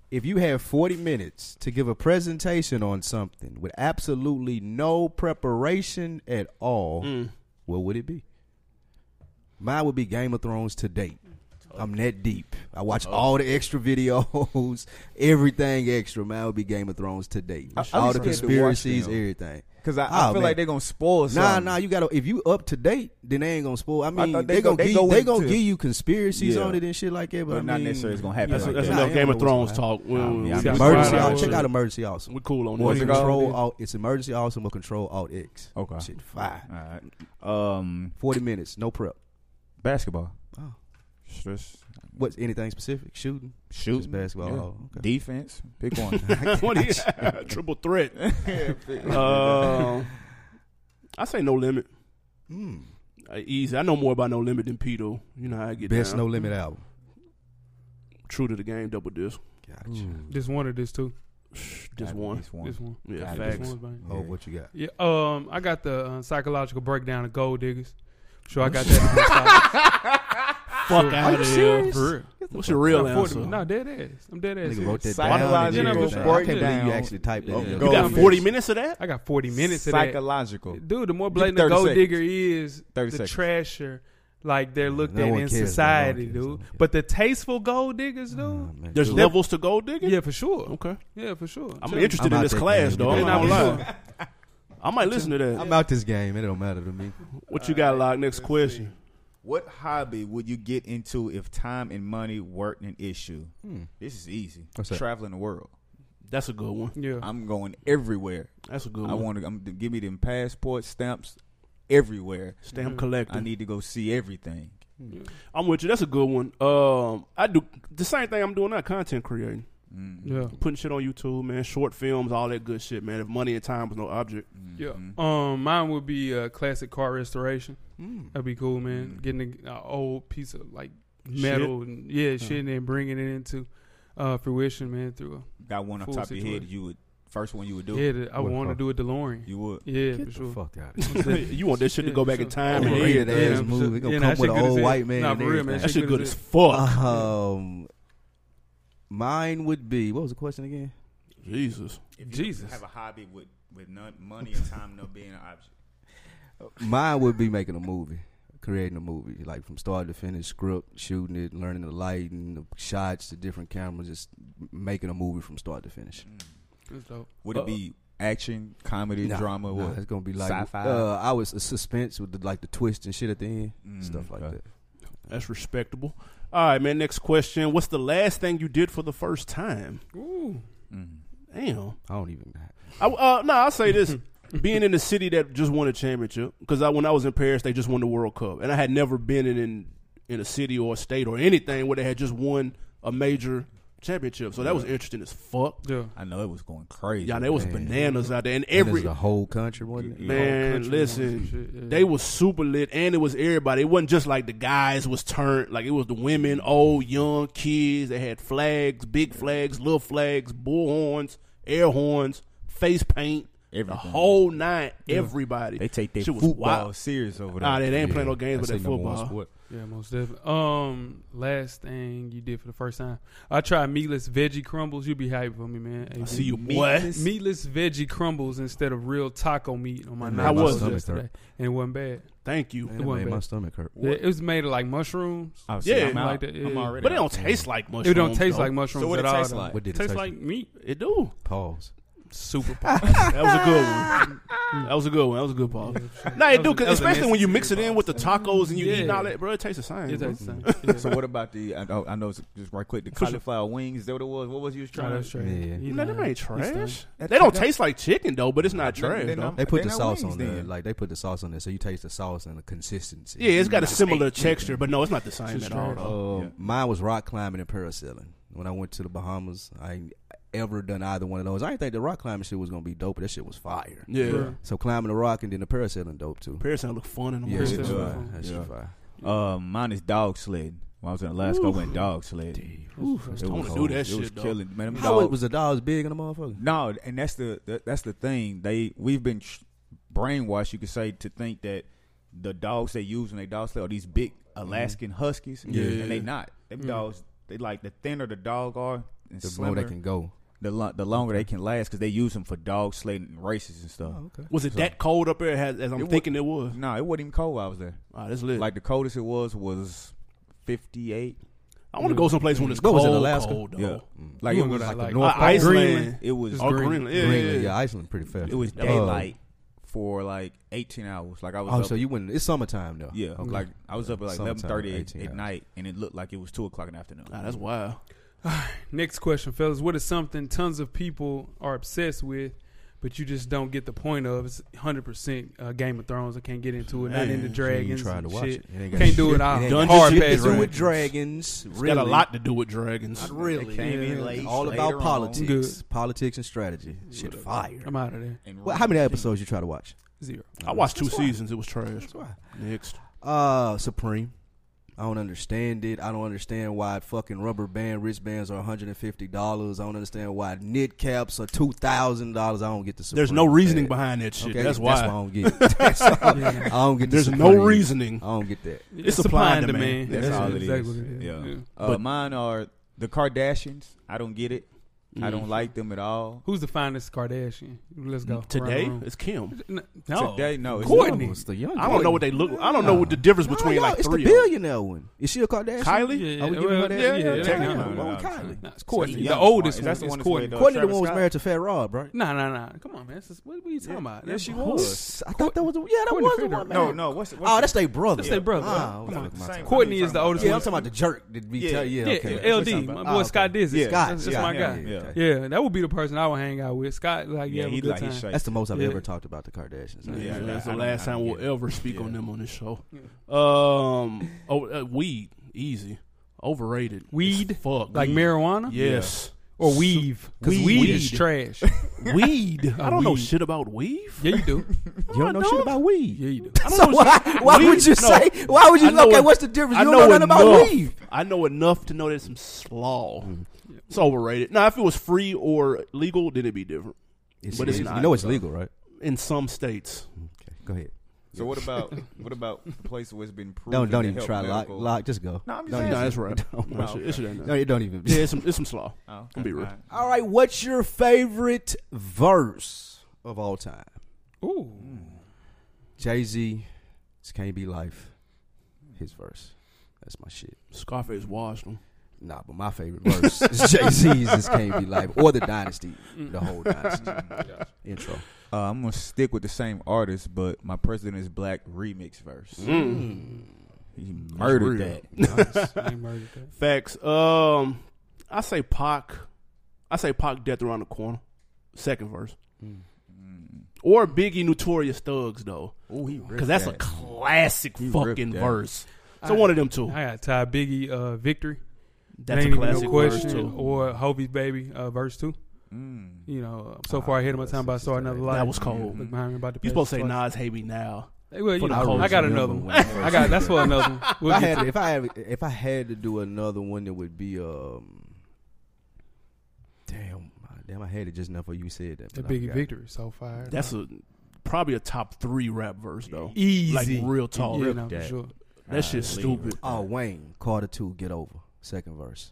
if you have 40 minutes to give a presentation on something with absolutely no preparation at all, Mm. what would it be? Mine would be Game of Thrones to date. I'm that deep. I Oh. watch all the extra videos, <laughs> everything extra. Man, I would be Game of Thrones today. I- I all was the scared to watch conspiracies, them. everything. Because I, I Oh, feel man. like they're gonna spoil something. Nah, nah, you gotta. If you up to date, then they ain't gonna spoil. I mean, thought they, they go- gonna they give, go they gonna into- give you conspiracies Yeah. on it and shit like that. But, But I not mean, necessarily it's gonna happen That's, like that's that. enough Nah, Game of everyone Thrones was talk. We, Nah, we, yeah, we, I mean, we- Emergency we- Fire Alt. Check out Emergency Awesome. <laughs> We cool on What's that. it called? Control Alt. It's Emergency Awesome or Control Alt X. Okay. Shit, fire. All right. Um, Forty minutes, no prep. basketball. Oh. Stress. What's anything specific? Shooting. Shoot. Just basketball. Oh, okay. Defense. <laughs> Pick one. <laughs> What is triple threat? Uh, Um, <laughs> I say no limit. Hmm. Uh, easy. I know more about no limit than Pito. You know how I get Best down. No Limit album. True to the game, double disc. Gotcha. Hmm. This one or this two? Just one. Just one. This one. Yeah, Got it. This facts. one's bang. Oh, what you got? Yeah. Um, I got the uh, psychological breakdown of gold diggers. Sure, I got <laughs> that. Fuck out of here. For real. What's your real Got 40 answer? No, dead ass. I'm dead ass. Nigga serious. wrote that Psychological down. and did breakdown. everything. I can't believe you Breakdown. actually typed that. Oh, in. go You got Gold forty diggers. minutes of that? I got 40 minutes of that. Psychological. Dude, the more Give blatant me the 30 gold seconds. digger is, 30 the seconds. trasher, like they're looked No at one in cares, no one society, cares, no one dude. cares. But the tasteful gold diggers, dude. Oh, man, There's dude. levels to gold digging. Yeah, for sure. Okay. Yeah, for sure. I'm Tell me. interested in I'm out this that class, game, though. dude. I'm And not I'm gonna sure. lie. I might listen to that. I'm out this game. It don't matter to me. What you got, Lock? Next question. What hobby would you get into if time and money weren't an issue? This is easy. Hmm. What's that? Traveling the world. That's a good one. Yeah. I'm going everywhere. That's a good I one. want to I'm, give me them passport stamps everywhere. Stamp I collecting. need to go see everything. I'm with you. That's a good one. Um, I do the same thing I'm doing now. Content creating, Mm-hmm. yeah. putting shit on YouTube, man. Short films, all that good shit, man. If money and time was no object, Mm-hmm. Yeah. Mm-hmm. Um, mine would be uh, classic car restoration. Mm. That'd be cool, man. Getting an old piece of like <laughs> metal and yeah, Uh-huh. shit, and then bringing it into uh, fruition, man. Through Got one on Full top of your head. situation. You would first one you would a, do. yeah, the, I What want to car? do a DeLorean. You would. Yeah, Get for the sure. fuck out. Of here. <laughs> you want that shit to Yeah, go for back in sure. time. and Overrated everything. ass yeah, movie. It gonna yeah, come that with shit an good as old hell. white man. Nah, and for real, man. That everything. shit good <laughs> as fuck. Uh, Um, mine would be what was the question again? Jesus, If could Jesus. have have a hobby with with none, money and time not being an object. Mine would be making a movie, creating a movie, like from start to finish, script, shooting it, learning the lighting, the shots, the different cameras, just making a movie from start to finish. Mm. That's dope. Would it be action, comedy, Nah, drama, nah, what? it's gonna be like sci-fi? Uh, I was a suspense with the, like the twist and shit at the end, Mm, stuff like okay. that. that's respectable. All right, man. Next question. What's the last thing you did for the first time? Ooh. Mm. Damn. I don't even. I, uh, no, I'll say this. Being in a city that just won a championship, because I, when I was in Paris, they just won the World Cup, and I had never been in in, in a city or a state or anything where they had just won a major championship. So that was interesting as fuck. Yeah. I know it was going crazy. Yeah, there was Man. bananas out there, and Every every the whole country wasn't it? Yeah. Man, Whole country listen, and shit, yeah. they was super lit, and it was everybody. It wasn't just like the guys was turned, like it was the women, old, young, kids. They had flags, big flags, little flags, bullhorns, air horns, face paint, Everything. the whole nine. Everybody. They take their Shit was football wild. serious over there. Nah, they ain't playing no games with That's that their number one football. sport. Yeah, most definitely. Um, last thing you did for the first time, I tried meatless veggie crumbles. You'd be hype for me, man. I see you, Meat- boy. Meatless- Meatless veggie crumbles instead of real taco meat on my That night. made my was stomach yesterday, and it wasn't bad. Thank you. Man, It that wasn't made my bad. stomach hurt. Yeah, it was made of like mushrooms. Oh, Yeah. I'm out. Like that, yeah. I'm already But it out. don't taste like mushrooms. It don't taste though. like mushrooms So what at it all. tastes though. like? What did It it tastes taste like meat. It do. Pause. Super pop. That was a good one. That was a good one. That was a good pause. Nah, it That do, was a- 'cause that was a especially when you nasty mix it in with the tacos and you Yeah. eating all that, bro. It tastes the same. It bro. tastes the <laughs> same. Yeah. So what about the? I know, I know it's just right quick. The cauliflower wings. Is that what it was? What was you was Try trying? that to- straight. Yeah. He No, lying. them ain't He's lying. trash. They don't taste like chicken though, but it's not Then- trash then though. I'm- They put then the I'm sauce wings on there. then. Like they put the sauce on there, so you taste the sauce and the consistency. Yeah, it's got a similar texture, but no, it's not the same It's at all. trash. though. Um, Yeah. Mine was rock climbing and parasailing. When I went to the Bahamas, I ain't ever done either one of those. I didn't think the rock climbing shit was gonna be dope, but that shit was fire. Yeah, Yeah. So climbing the rock and then the parasailing dope too. Paris sound look fun in the Yeah, morning. Parasailing that was shit fire. fun. That Yeah. shit fire. Um, mine is dog sled. When I was in Alaska, I went dog sled. I wanna was- do that it was shit, though. killing, man. Them How dogs- was the dogs big in the motherfucker? No, and that's the, the that's the thing. They we've been tr- brainwashed, you could say, to think that the dogs they use when they dog sled are these big Alaskan huskies, Yeah. and they not. Them dogs, they like the thinner the dog are, and The more slimmer, they can go. the lo- the longer they can last because they use them for dog sledding and races and stuff. okay. Was it that cold up there as, as I'm It wa- thinking it was? No, it wasn't even cold. While I was there. Ah, that's lit. Like the coldest it was was fifty eight. I want to go someplace when it's What cold. was it, Alaska? Cold, though. Yeah, like You wanna it go was to like, like the North I- Pole. Iceland. It was It's Oh, green. Greenland. Yeah, yeah, Greenland, yeah. yeah, Iceland pretty fast. it was Uh, daylight for like eighteen hours. Like I was Oh, up, so you went? It's summertime though. yeah, Okay. like I was up at like Sometime, eleven thirty 18 at hours. night, and it looked like it was two o'clock in the afternoon. Nah, that's wild. Next question, fellas. What is something tons of people are obsessed with, but you just don't get the point of? It's 100% uh, Game of Thrones. I can't get into it. Not into Man, dragons. dragons. tried to and watch shit. it. it ain't got Can't shit- <laughs> do it. ain't I got hard shit to pass do with it. dragons. It's really. got a lot to do with dragons. Really. Came in Yeah. late, All later about on. politics, Good. politics and strategy. Shit, fire. I'm out of there. And Well, how many Roman episodes you try to watch? Zero. I watched two That's why. seasons. It was trash. That's why. Next. Uh, Supreme. I don't understand it. I don't understand why fucking rubber band wristbands are $150. I don't understand why knit caps are $2,000. I don't get the Supreme. There's no reasoning Hey, behind that shit. okay? That's why. why. I don't get. it. <laughs> That's all. I don't get the There's no Supreme. reasoning. I don't get that. It's, supply and demand. That's all it is. exactly what it is. Yeah. Yeah. Uh, But- mine are the Kardashians. I don't get it. I Mm. don't like them at all. Who's the finest Kardashian? Let's go. Mm. Today, Around the it's Kim. room. No. Today, no, it's Courtney. No, it's the young I don't know what they look. I don't know what the difference between like it's three. the of them. billionaire one. Is she a Kardashian? Kylie. Yeah, Are we yeah, giving well, her that? yeah, Yeah, yeah, damn, yeah. why we no, Kylie? no. Nah, it's Courtney. She's The young. oldest Is one that the is one that's Courtney. with, uh, Courtney, the Travis one was Scott? married to Fat Rob, right? Nah, nah, nah. Come on, man. This is- what, what are you talking about? yeah, That's she who- was. I thought that was the, yeah, that Courtney was the Frederick. one. man. No, no. What's, what's Oh, that's their brother. That's their brother. Ah, Come on. what the fuck am I Same- talking Courtney is the Yeah, oldest about? Yeah, I'm one. talking about the jerk that be Yeah. tell- yeah, Yeah, okay. yeah, LD, my Ah, boy okay. Scott Dizzy. Yeah. Scott, that's, that's yeah, my yeah, guy. yeah, okay. Yeah, that would be the person I would hang out with. Scott, like, yeah, Yeah, have a he good like time. his shape. That's the most I've Yeah. ever talked about the Kardashians. Yeah, Yeah, that's I the don't- last I don't time we'll get it. ever speak on Yeah. them on this show. Um, oh, uh, weed, easy, overrated. Weed? As fuck, like weed. marijuana Yes, or weave, because Weed. weed. is Weed. trash. weed. I don't know weed. shit about weave. yeah, you do. You don't know shit about weed. Yeah, you do. I don't So know why, shit- <laughs> why weed- would no. you say? Why would you? I know okay, it- what's the difference? I You know, don't know nothing about enough. weed. I know enough to know that it's some slaw. It's overrated. Now, if it was free or legal, then it'd be different But it's not, You know it's so. legal, right? in some states. Okay, go ahead. So <laughs> what about what about the place where it's been proven? Don't don't to even help try lock medical- lock. Just go. No, I'm just Don't No, asking. even- that's right. No, No, shit- it shit ain't No, nothing. you don't even. <laughs> Yeah, it's some it's some slaw. Oh, okay. I'll be real. All right. All right, what's your favorite verse of all time? Ooh, Jay Z, "This Can't Be Life." His verse. That's my shit. Scarface washed them. Nah, but my favorite verse <laughs> is Jay Z's "This Can't Be Life" or the Dynasty, Mm. the whole <laughs> Dynasty <laughs> intro. Uh, I'm gonna stick with the same artist, but my president is black remix verse. Mm. Mm. He murdered real. that. I ain't murdered that. Facts. Um, I say Pac. I say Pac death around the corner. Second verse. Mm. Or Biggie Notorious Thugs though, Oh, he because that's a classic He ripped fucking that. verse. So I- one of them two. I got Ty Biggie, uh, Victory. That's a Ain't Even No classic verse question. too. Or Hovey's Baby, uh, verse two. Mm. You know, uh, so Ah, far ahead of my that's time, but I saw another interesting. life. That was cold. Look behind me about the You supposed to say past. Nas hate me now. Hey, Well, for you the know, cold. I got I another remember one. when I I got that's for another one. We'll If I get had, to- if I <laughs> had, if I had to do another one, it would be um. Damn, my- damn! I had it just now for you said that. the but I Biggie forgot. Victory so far. That's a probably a top three rap verse though. easy, Like real talk. Yeah, no, for that. sure. That shit's Golly. stupid. Oh, Wayne Carter two, get over. Second verse.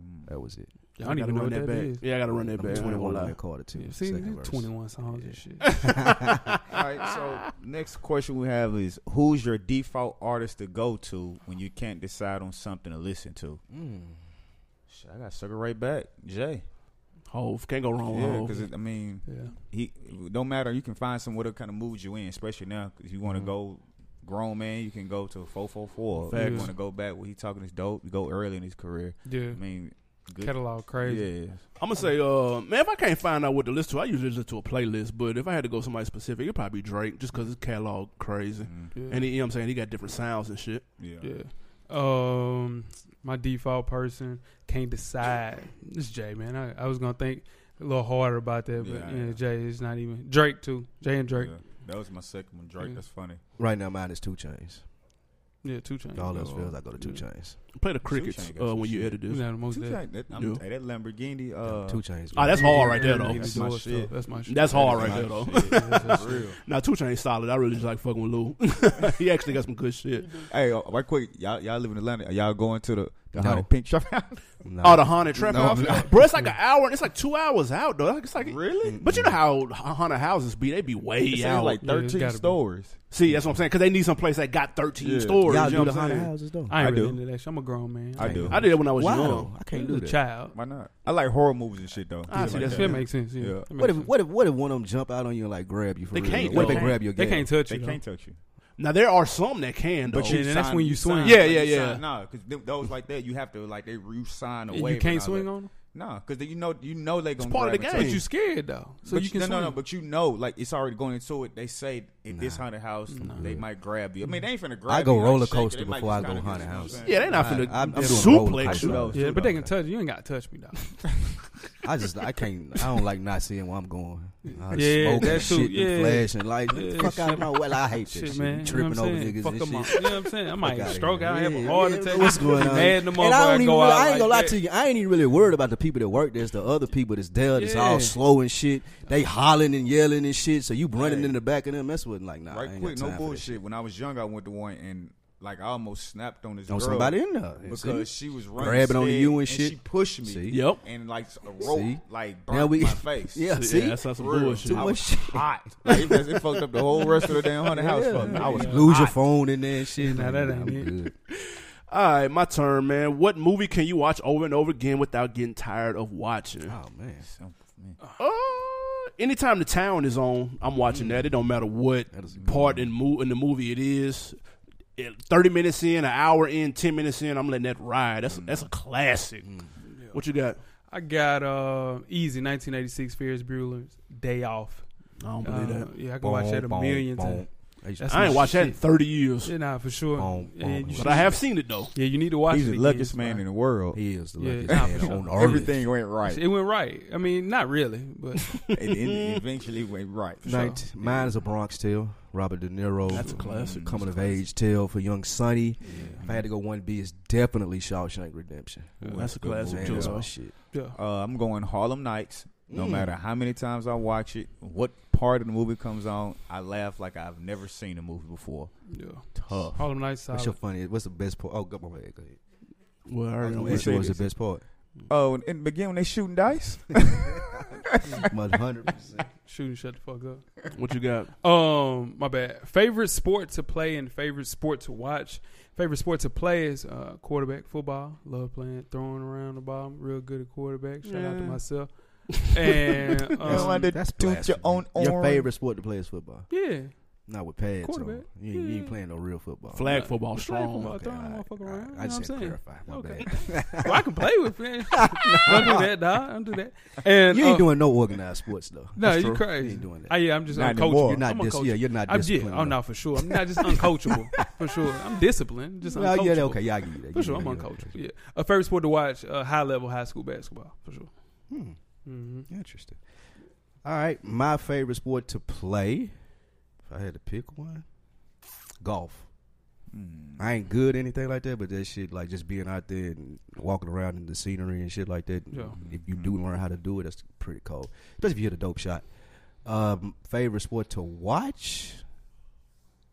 Mm. That was it. I don't gotta even know run what that back. is. Yeah, I gotta run that Number back. I ain't Twenty-one, gonna lie. Wayne Carter two. Yeah, see, second verse. 21 songs and shit. All right. So next question we have is who's your default artist to go to when you can't decide on something to listen to? <laughs> Mm. Shit, I got sugar right back, Jay. Hove can't go wrong. with Yeah, Hov. because I mean, Yeah. he don't matter. You can find some whatever kind of mood you in, especially now because you Mm-hmm. want to go grown man. You can go to four four four. Facts. You want to go back where he talking is dope. You go early in his career. Yeah. I mean, good. Catalog crazy. Yeah, I'm gonna say, uh, man, if I can't find out what to listen to, I usually listen to a playlist. But if I had to go somebody specific, it'd probably be Drake, just because his catalog <laughs> crazy, Mhm. Yeah. and he, you know what I'm saying he got different sounds and shit. yeah. yeah. Um my default person can't decide. It's Jay, man. I, I was gonna think a little harder about that, but Yeah, you know, yeah. Jay is not even Drake too. Jay and Drake. Yeah. That was my second one, Drake. Yeah. That's funny. Right now, mine is two chains. Yeah, two chains. All else Oh. fails, I go to two Yeah. chains. Play the crickets Chainz got uh, some when you shit. edit this. Yeah, the most Two that- chain- that, I'm, Yeah. hey, that Lamborghini. Uh, two chains. Ah, that's hard right there though. That's my Doors, shit. though. That's my shit. That's hard that right there is my though. shit. Yeah, for real. Now two Chainz solid. I really just like fucking with Lou. <laughs> he actually got some good shit. Hey, uh, right quick, y'all y'all live in Atlanta. Are y'all going to the The No. haunted pink trap house. No. Oh, the haunted trap No, house, no. bro. It's like an hour. It's like two hours out though. It's like Really? But you know how haunted houses be? They be way It's out. like Yeah, it's 13 gotta be. stories. See, that's what I'm saying. Because they need some place that got 13 Yeah. stores. Y'all you do know what the I'm haunted saying? houses though. I I ain't do. really into that. shit. I'm a grown man. I do. I did it when I was Wow. young. I can't do a that. child. Why not? I like horror movies and shit though. Ah, see, Shit like that's That Yeah. makes sense. Yeah. Yeah. That makes What if sense. what if what if one of them jump out on you and like grab you? For They real? can't, What if though. they grab your? They gal? can't touch They you. though. can't touch you. Now there are some that can though. But you Yeah, that's sign- when you swing. sign, Yeah, like, yeah, you yeah. sign- Nah, because those like that, you have to like they you sign And away. you can't swing on them, Nah, because you know you know they gonna. part of the gravitate. game. but you scared though, so but you can no, swing. no, no. But you know, like it's already going into it. They say in this haunted house, they might grab you. I mean, they ain't finna grab. I go you, like, roller shake you. coaster They might before just I go kinda get haunted you, you know house. what I'm saying? yeah, they're not I- finna I'm- I'm doing suplex roller coaster. you. Those, yeah, too, but they though. can touch you. You ain't got to touch me, dog. I just I can't. I don't like not seeing where I'm <laughs> going. I Yeah, smoke and that too, shit yeah. and flashing like Yeah, fuck out of my well. I hate that shit, shit. man. Tripping you know what I'm over saying? niggas Fuck and 'em shit. up. You know what I'm saying? I might outta here. stroke out, have a Yeah, heart yeah, attack. What's going on? Mad in the and I don't motherfucker even. go really- out I ain't gonna like lie that. to you. I ain't even really worried about the people that work there. It's the other people that's there. That's all Yeah. slow and shit. They hollering and yelling and shit. So you running in the back of them. That's what like nah. I Right ain't quick, got no time for that shit. bullshit. When I was young, I went to one and like I almost snapped on this On girl somebody in there. You see? because she was running Grabbing onto scared, you and She shit. pushed me. See? Yep. And like a rope, See? like Now burnt we- <laughs> my face. Yeah, Yeah, see, that's not some For real. bullshit. Too I much was shit. hot. <laughs> Like, it, just- it fucked up the whole rest of the damn haunted house. for me. I was You lose your hot. phone in there and shit. Nah, Like, that nah, ain't I'm it. good. All right, my turn, man. What movie can you watch over and over again without getting tired of <sighs> watching? Oh man, Oh, Uh, anytime the town is on, I'm watching that. It don't matter what That is a good part in, mo- in the movie it is. It- Thirty minutes in, an hour in, ten minutes in, I'm letting that ride. Mm. That's that's a classic. What you got? I got uh, easy 1986 Ferris Bueller's Day Off. I don't Uh, believe that. yeah, I can watch that a million times. <laughs> That's Um, I ain't my watched that in shit. thirty years, Yeah, nah, for sure. Boom, Yeah, boom. you but should- I have seen it though. Yeah, you need to watch He's it. the again, luckiest son. man in the world. He is the Yeah, luckiest nah, man for sure. on earth. Everything went <laughs> right. It went right. I mean, not really, but it, it eventually went <laughs> right. Night- Mine is a Bronx Tale. Robert De Niro. Mm-hmm. That's a classic. Coming of age tale for young Sonny. If I had to go one B, it's definitely Shawshank Redemption. that's a classic Man, too. that's bro. my shit. yeah. Uh, I'm going Harlem Nights. No Mm. matter how many times I watch it, what part of the movie comes on, I laugh like I've never seen a movie before. yeah. Tough. Harlem Nights. What's your solid. funniest? What's the best part? Oh, go on, man, go ahead. Well, I already know What what it's- it was the is. <laughs> best part? <laughs> Oh, and in the beginning when they shooting dice, One hundred percent. Shoot and shut the fuck up. What you got? Um, my bad. Favorite sport to play and favorite sport to watch. Favorite sport to play is uh, quarterback football. Love playing, throwing around the ball. I'm real good at quarterback. Shout out to Yeah. <laughs> myself. And um, That's why they- That's Toot your blasphemy. own Your arm. favorite sport to play is football. yeah, Not with pads. on. Quarterback. You, ain't- you ain't Yeah. playing no real football. Flag football strong. football. Okay, Throwing all a right, motherfucker all around, right. you know I what I'm just had to saying? clarify. My Okay. bad. <laughs> well, I can play with it. don't do that, dog. Don't do that. And You ain't uh, doing no organized sports though. No, you true. crazy. You ain't doing that. I, yeah, I'm just Not uncoachable. anymore. You're not I'm dis- uncoachable. yeah, you're not I'm, yeah, I'm disciplined enough. not for sure. I'm not just uncoachable <laughs> for sure. I'm disciplined, just Well, uncoachable. yeah, okay, yeah, I give you that. For You sure, I'm know, you know. uncoachable. Yeah, a favorite sport to watch: uh, high level high school basketball. For sure. Hmm. Mm-hmm. Interesting. All right, my favorite sport to play, if I had to pick one, golf. Mm. I ain't good at anything like that, but that shit like just being out there and walking around in the scenery and shit like that. Yeah. Mm-hmm. If you do learn how to do it, that's pretty cool. Especially if you hit a dope shot. Um, favorite sport to watch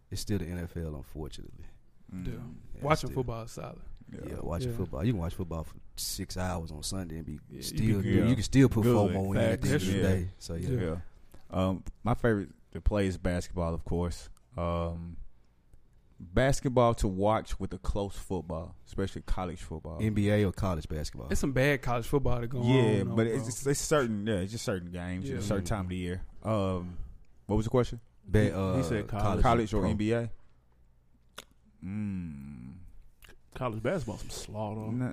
is still the NFL, unfortunately. Yeah. Mm. Yeah, Watching still. football is solid. Uh, Yeah, watching Yeah. football. You can watch foall for six hours on Sunday and be Yeah, you still be you, good. can still put Good. FOMO in at the end of Facts. the Yeah. day. So yeah. Yeah. Yeah. Um, my favorite to play is basketball, of course. Um, basketball to watch with a close football, especially college football. NBA or college basketball. It's some bad college football to go on. yeah, though, but bro. it's, it's it's certain. Yeah, it's just certain games, Yeah. at a certain time of the year. Um, what was the question? Ba- uh, he said college. College or pro. NBA? Mm. College basketball, some slaughter. Nah.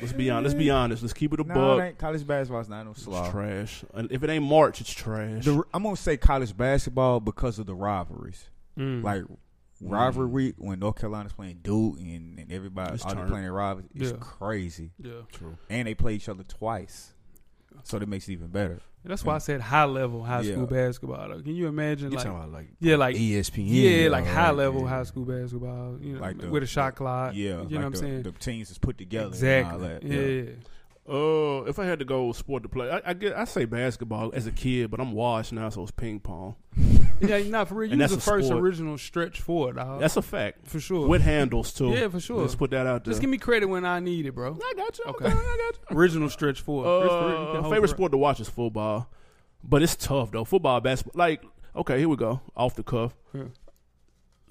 Let's be honest. Let's be honest. Let's keep it a No, buck. it ain't. college basketball's not no It's slaw. trash. And if it ain't March, it's trash. The, I'm gonna say college basketball because of the rivalries. Mm. Like rivalry week when North Carolina's playing Duke and, and everybody It's all they turned. playing their rivals, it's Yeah. crazy. yeah, True. And they play each other twice, so that makes it even better. that's why I said high level high Yeah. school basketball. Though. Can you imagine? You like, talking about E like yeah, like ESPN? yeah, or like high level yeah. high school basketball. You know, Like the- with a shot clock. yeah, you like know what I'm the, saying? The teams is put together. exactly. And all that. Yeah, yeah. Uh, if I had to go with sport to play, I, I get I say basketball as a kid, but I'm washed now, so it's ping pong. yeah, not for real. You And was that's the a first sport. original stretch for it, dog. That's a fact. for sure. With handles too. Yeah, for sure. Let's put that out there. Just give me credit when I need it, bro. I got you. Okay. Okay. I got you. Original stretch for it. Oh, Chris, for real, you <laughs> Uh, can hold favorite it. sport to watch is football, but it's tough though. Football, basketball. Like, okay, here we go. Off the cuff. Hmm. Yeah.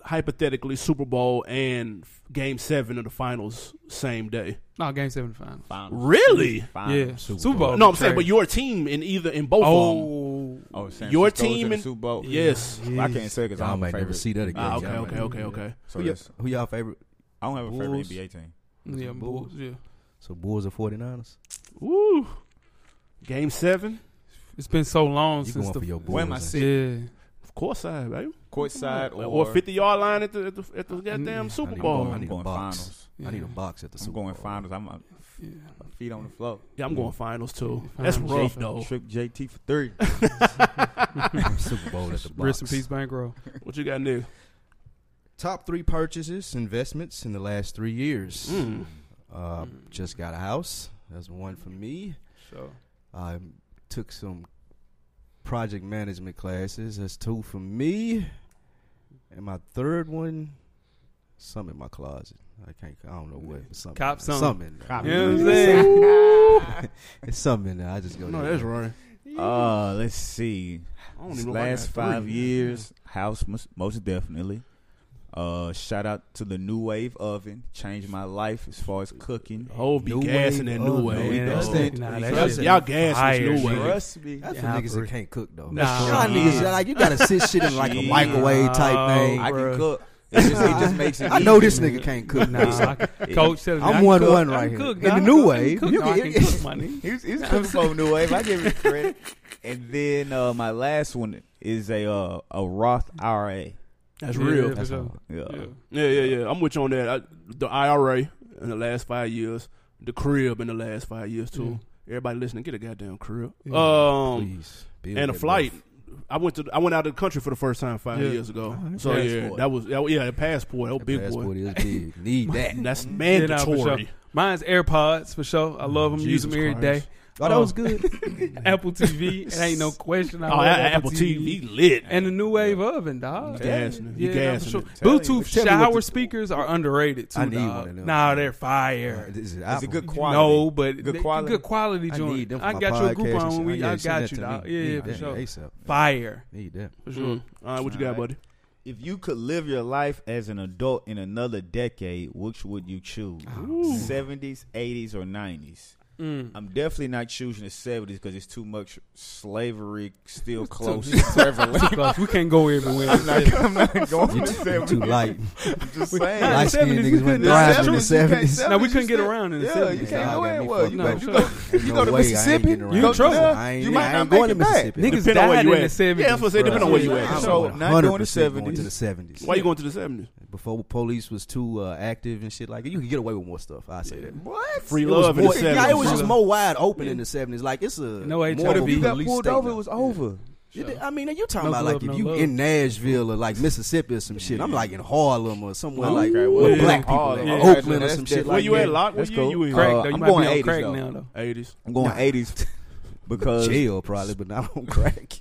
Hypothetically, Super Bowl and f- Game Seven of the Finals same day. No, game seven final. Finals. Really? Yeah, Finals. Super Bowl. No, I'm saying, but Crazy. your team in either in both of them. Oh, Oh, San Your Francisco's team in the and- Super Bowl. Yes. Well, I can't say because Y'all I'm might favorite. never see that again. Ah, okay, Y'all okay, might- okay, okay. So Who, y'all, yes, who y'all favorite? I don't have a favorite Bulls. NBA team. yeah, Bulls. Bulls. Yeah, So Bulls or 49ers? Woo. Game Seven. it's been so long You since going the for your Bulls? Where am I ain't you? sitting? yeah. Of course, I baby. Courtside or, Or fifty yard line at the at the, at the goddamn Mm, Super I need Bowl. one. I'm a going box. finals. I need a Yeah. box at the I'm Super going Bowl. finals. I'm uh, Yeah. feet on the floor. Yeah, I'm going finals too. Yeah, That's finals. rough J- <laughs> though. <laughs> Trip JT for three. <laughs> Super Bowl at the box. <laughs> Rest in peace, Bankroll. What you got next? Top three purchases, investments in the last three years. Mm. Uh, Mm. Just got a house. That's one for me. So I Um, took some project management classes. That's two for me. And my third one, some in my closet. I can't. I don't know what. But something. Cop some. Something. in there. Cop You know what I'm saying? <laughs> <laughs> It's something in there. I just go. No, there. that's right. Uh, let's see. I don't This even know if I last got five three. years, house most, most definitely. Uh, shout out to the new wave oven. Changed my life as far as cooking. Hove be New Oh, gassing wave that new of wave. man, dog. that's that- Nah, that that shit- shit. Y'all gas fire, this new shit. wave. Trust me. That's Yeah, for niggas bro. that can't cook though. Nah. Y'all niggas Nah. like you gotta sit shit in like a Jeez. microwave type thing. I Bruh. can cook. It just, it just makes <laughs> it. I know easy. this nigga can't cook. Nah, It's- I can, coach, said it, I'm I can one cook, one I right can here. cook, In the dog, new I can wave, cook, you dog, I can- can <laughs> cook, my nigga. He was, he was cooking for New Wave. I give him credit. And then uh, my last one is a uh, a Roth IRA. That's Yeah, real. for sure. Yeah. Yeah. Yeah, yeah, yeah. I'm with you on that. I, the IRA in the last five years, the crib in the last five years too. Everybody listening, get a goddamn crib. Yeah. Um, Please, build and a that flight. I went to I went out of the country for the first time five Yeah. years ago. Alright. So yeah, Passport. that was that, yeah, a passport. That That big boy. passport is big. Need that. That's Yeah, nah, for sure. mandatory. Mine's AirPods for sure. I love them. use Jesus them every day. Christ. Oh, that was good. Apple TV. It ain't <laughs> no question. I Oh, love that Apple TV lit. and the new wave oven, dog. You gassing it. You yeah, nah, for gassing sure. it. Tell you. Bluetooth Tell me what shower the- speakers are underrated too. I need dog. one of them. Nah, they're fire. This is That's a Apple. good quality. No, but they- Good quality. Good quality I joint. I, need them for my got your group podcast and on. shit. We, Oh, yeah, I send got that you, to dog. me. Yeah, Need yeah, for that sure. ASAP. Fire Need that. for sure. Mm. All right, what you got, buddy? If you could live your life as an adult in another decade, which would you choose? Seventies, eighties, or nineties? Mm. <laughs> I'm definitely not choosing the seventies because it's too much slavery still It's too- close. it's prevalent. Too close. We can't go <laughs> everywhere. <laughs> I'm not, I'm not going for You too, the you too seventies. light. I'm just Nah, saying. Light skinned 70s, you niggas went couldn't- thriving in the 70s, seventies. Now we couldn't get you around in the Yeah, you 70s. can't Nah, go I got me anywhere. fucked You, up. go- you go, you go to Mississippi. You You go in trouble. there. I ain't, You might I ain't not going make to it back. Mississippi. Niggas Depend on where died you in the at. 70s. Yeah, that's what I said. Depend on where you I'm at. So, going not going to 100% going to the 70s. seventies. Why you going to the seventies? Before police was too uh, active and shit like that, you could get away with more stuff. I say that. What? Free It was love in the more- seventies. Yeah, it was Free just love. more wide open in the seventies. Like it's a No HIV. more But of if a you got police pulled state over, now. it was over. It did- uh, I mean, you talking No about glove, like no if you love. in Nashville or like Mississippi or some shit. I'm like in Harlem or somewhere like Okay, well, where yeah. black people Harlem. at, Yeah. or Oakland or That's some shit. different. Where like you that. at, Lock? Where That's you cool. you in? Crack, Uh, though. You I'm might going be on 80s crack though. now, though. Eighties. I'm going Nah. 80s because Jail probably, but not on crack.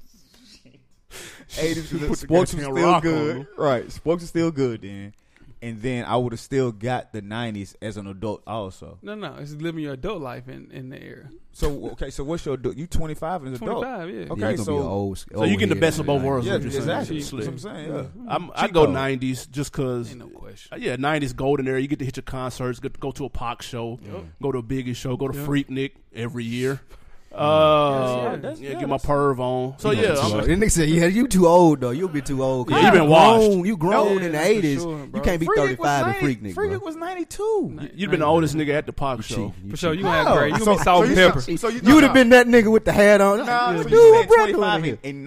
80s Put was the sports was goddamn still rock on good. them. Right. Sports was still good then. And then I would have still got the 90s as an adult also. No, no, it's living your adult life in, in the air. So, okay, so what's your adult? You 25 and an Twenty adult. five, yeah. Yeah, Okay. you gonna be so- an old, So you get the best of both worlds. Yeah, That's what you're saying. exactly. Shit. That's what I'm saying. Yeah. I'm, I go Chico. nineties just cause. Ain't no question. uh, Yeah, nineties golden era. You get to hit your concerts. Get to go to a Pac show. Go to a Biggie show. Go to Yeah. Freaknik every year. Uh, yeah, yeah, that's- yeah, get my that's- perv on. So You yeah, gonna be too I'm- old. And nigga said, "Yeah, you too old though. You'll be too old. 'cause Yeah, you been grown. washed. You grown Yeah, in the that's for eighties. sure, you bro. can't be Freak thirty was five and 90 freak nigga. Freak was 92. you'd been the oldest nigga at the Pac show. For sure, you you gonna have great. You gonna be salt and pepper. would have been that nigga with the hat on. Nah, so Dude, you said what bro doing 25 here? in, in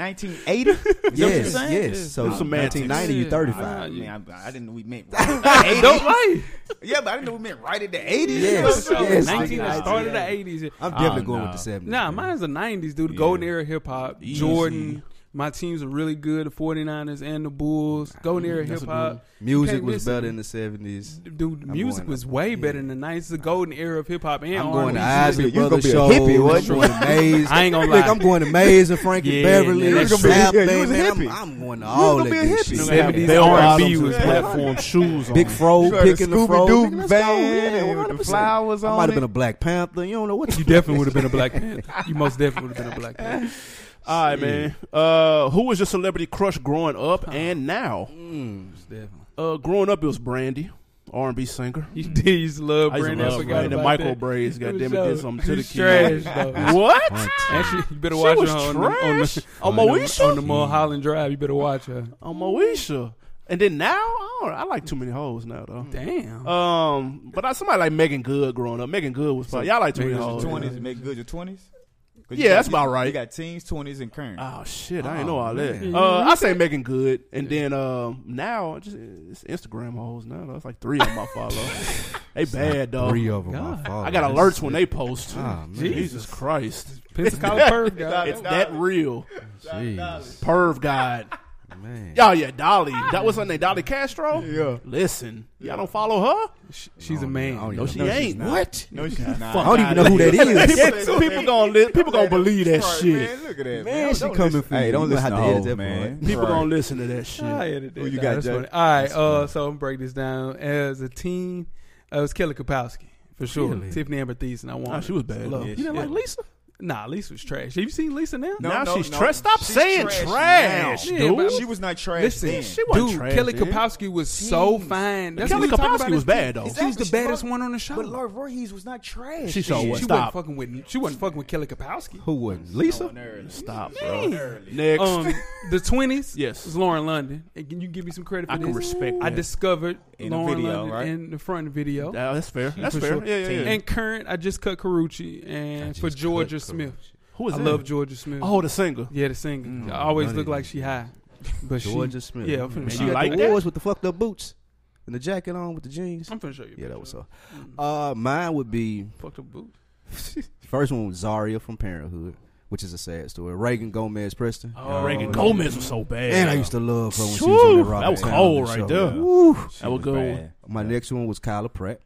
1980? Yes, saying? yes. Yeah. So It's semantics. 1990, Yeah. you 35. I, Nah, mean, you- I, I didn't know we meant Adult life. Yeah, but I didn't know we meant right at the 80s. Yes, You know what I'm saying? <laughs> yes. Nineteen I that got started you. the eighties. I'm definitely Oh, going no. with the 70s. Nah, man. mine's the nineties, dude. Golden era hip hop. Jordan, My teams are really good, the 49ers and the Bulls. Go near that's a hip good hop. Music can't was miss better it. in the seventies. Dude, I'm music going- was way better in the 90s. It's the golden era of hip hop and I'm R&B. going to You Isaac was gonna Brothers be a show. hippie, wasn't you? Maze. I ain't gonna Look, lie. I'm going to Maze and Frankie Yeah, Beverly yeah, and you was gonna be- Snap. yeah, you Lane, was a man. I'm, hippie. I'm going to You all was that gonna be a good hippie. shit. You gonna have Bell 70s R&B bottoms was and black. platform shoes on. Big Fro, You had picking the the Fro. Scooby-Doo Nigga, let's van go. and with the 100%. flowers I on might have it. been a Black Panther. You don't know what You definitely would have been a Black Panther. You most definitely would have been a Black Panther. <laughs> All right, man. Uh, who was your celebrity crush growing up and now? Most definitely. Uh, growing up, it was Brandy, R and B singer. You did you used to love I used to Brandon. I love forgot Brandy. about Micro that. <laughs> braids, It was goddamn it, did dope. something to the She's kids. trash, <laughs> though. What? Actually, you better She watch was her on, the- on the trash. On <laughs> on the- Moesha? on the Mulholland Drive. You better watch her. On Moesha, and then now I, don't, I like too many hoes now though. Damn. Um, but I, somebody like Megan Good growing up. Megan Good was probably y'all like too many Megan was hoes. the yeah. Twenties make good your twenties. Yeah, that's about right. You got teens, twenties, and current. Oh shit! I Oh, ain't know all man. that. Uh, I say Megan Good, and then um, now just it's Instagram hoes now. That's like three of them I follow. they bad dog. Three of them. God. I, I got alerts when they post. Ah, man. Jesus Christ, <laughs> Pensacola Perv guy. it's that real. Jeez, Perv God. man. Y'all, yeah, Dolly. That was her name, Dolly Castro. Yeah. Listen, y'all don't follow her. Sh- Oh, She's a man. I don't No, even she know. ain't. What? No, she's not. I don't even know who that is. people, people gonna li- people gonna believe that Right, shit. Man, look at that. Man, Man, she Don't coming listen- for Hey, you. don't You listen to gonna have to edit hoes, that man. People Right. gonna listen to that shit. I edited that Who you down. got, That's Jay? funny. All right, uh, so I'm gonna break this down. As a team, uh, it was Kelly Kapowski for sure. Really? Tiffany Amber Thiessen, I want. Nah, she was bad. Love. Yeah, you didn't she- like Lisa? Nah, Lisa was trash. Have you seen Lisa now? No, now no, she's no. trash. Stop She's saying trash trash, now. Yeah, dude. but- She was not trash Listen, then. she wasn't Dude, trash Kelly then. Kapowski was so Jeez. fine. That's Kelly what we talking Kapowski about was is- bad, though. She was the Exactly. baddest She- one on the show. But Lord Voorhees was not trash. She she, so what? she wasn't Stop. fucking with. She wasn't fucking with Kelly Kapowski. Who wasn't? Lisa? Stop, bro. Next. Um, the twenties. <laughs> Yes. was Lauren London. And can you give me some credit for I can this? respect I that. discovered In the Lauren video, London right? in the front video. Yeah, Oh, that's fair. That's for fair. sure. Yeah, yeah, yeah. And current, I just cut Carucci and for Georgia Smith. Who is I that? love Georgia Smith. Oh, the singer. yeah, the singer. Mm. I always None look of like these. she <laughs> high, but Georgia she. Smith. Yeah, I'm finna Man, show you you. like the that? wars with the fucked up boots and the jacket on with the jeans. I'm finna show you. a Yeah, picture that was of so. her. Mm. Uh, mine would be Fucked up <laughs> <laughs> boot. first one was Zaria from Parenthood, which is a sad story. Reagan Gomez Preston. Oh, Reagan yeah. Gomez was so bad. And I used to love her when she was on Whew, the rock. that was cold right there. Woo. That was good. one. My next one was Kyla Pratt.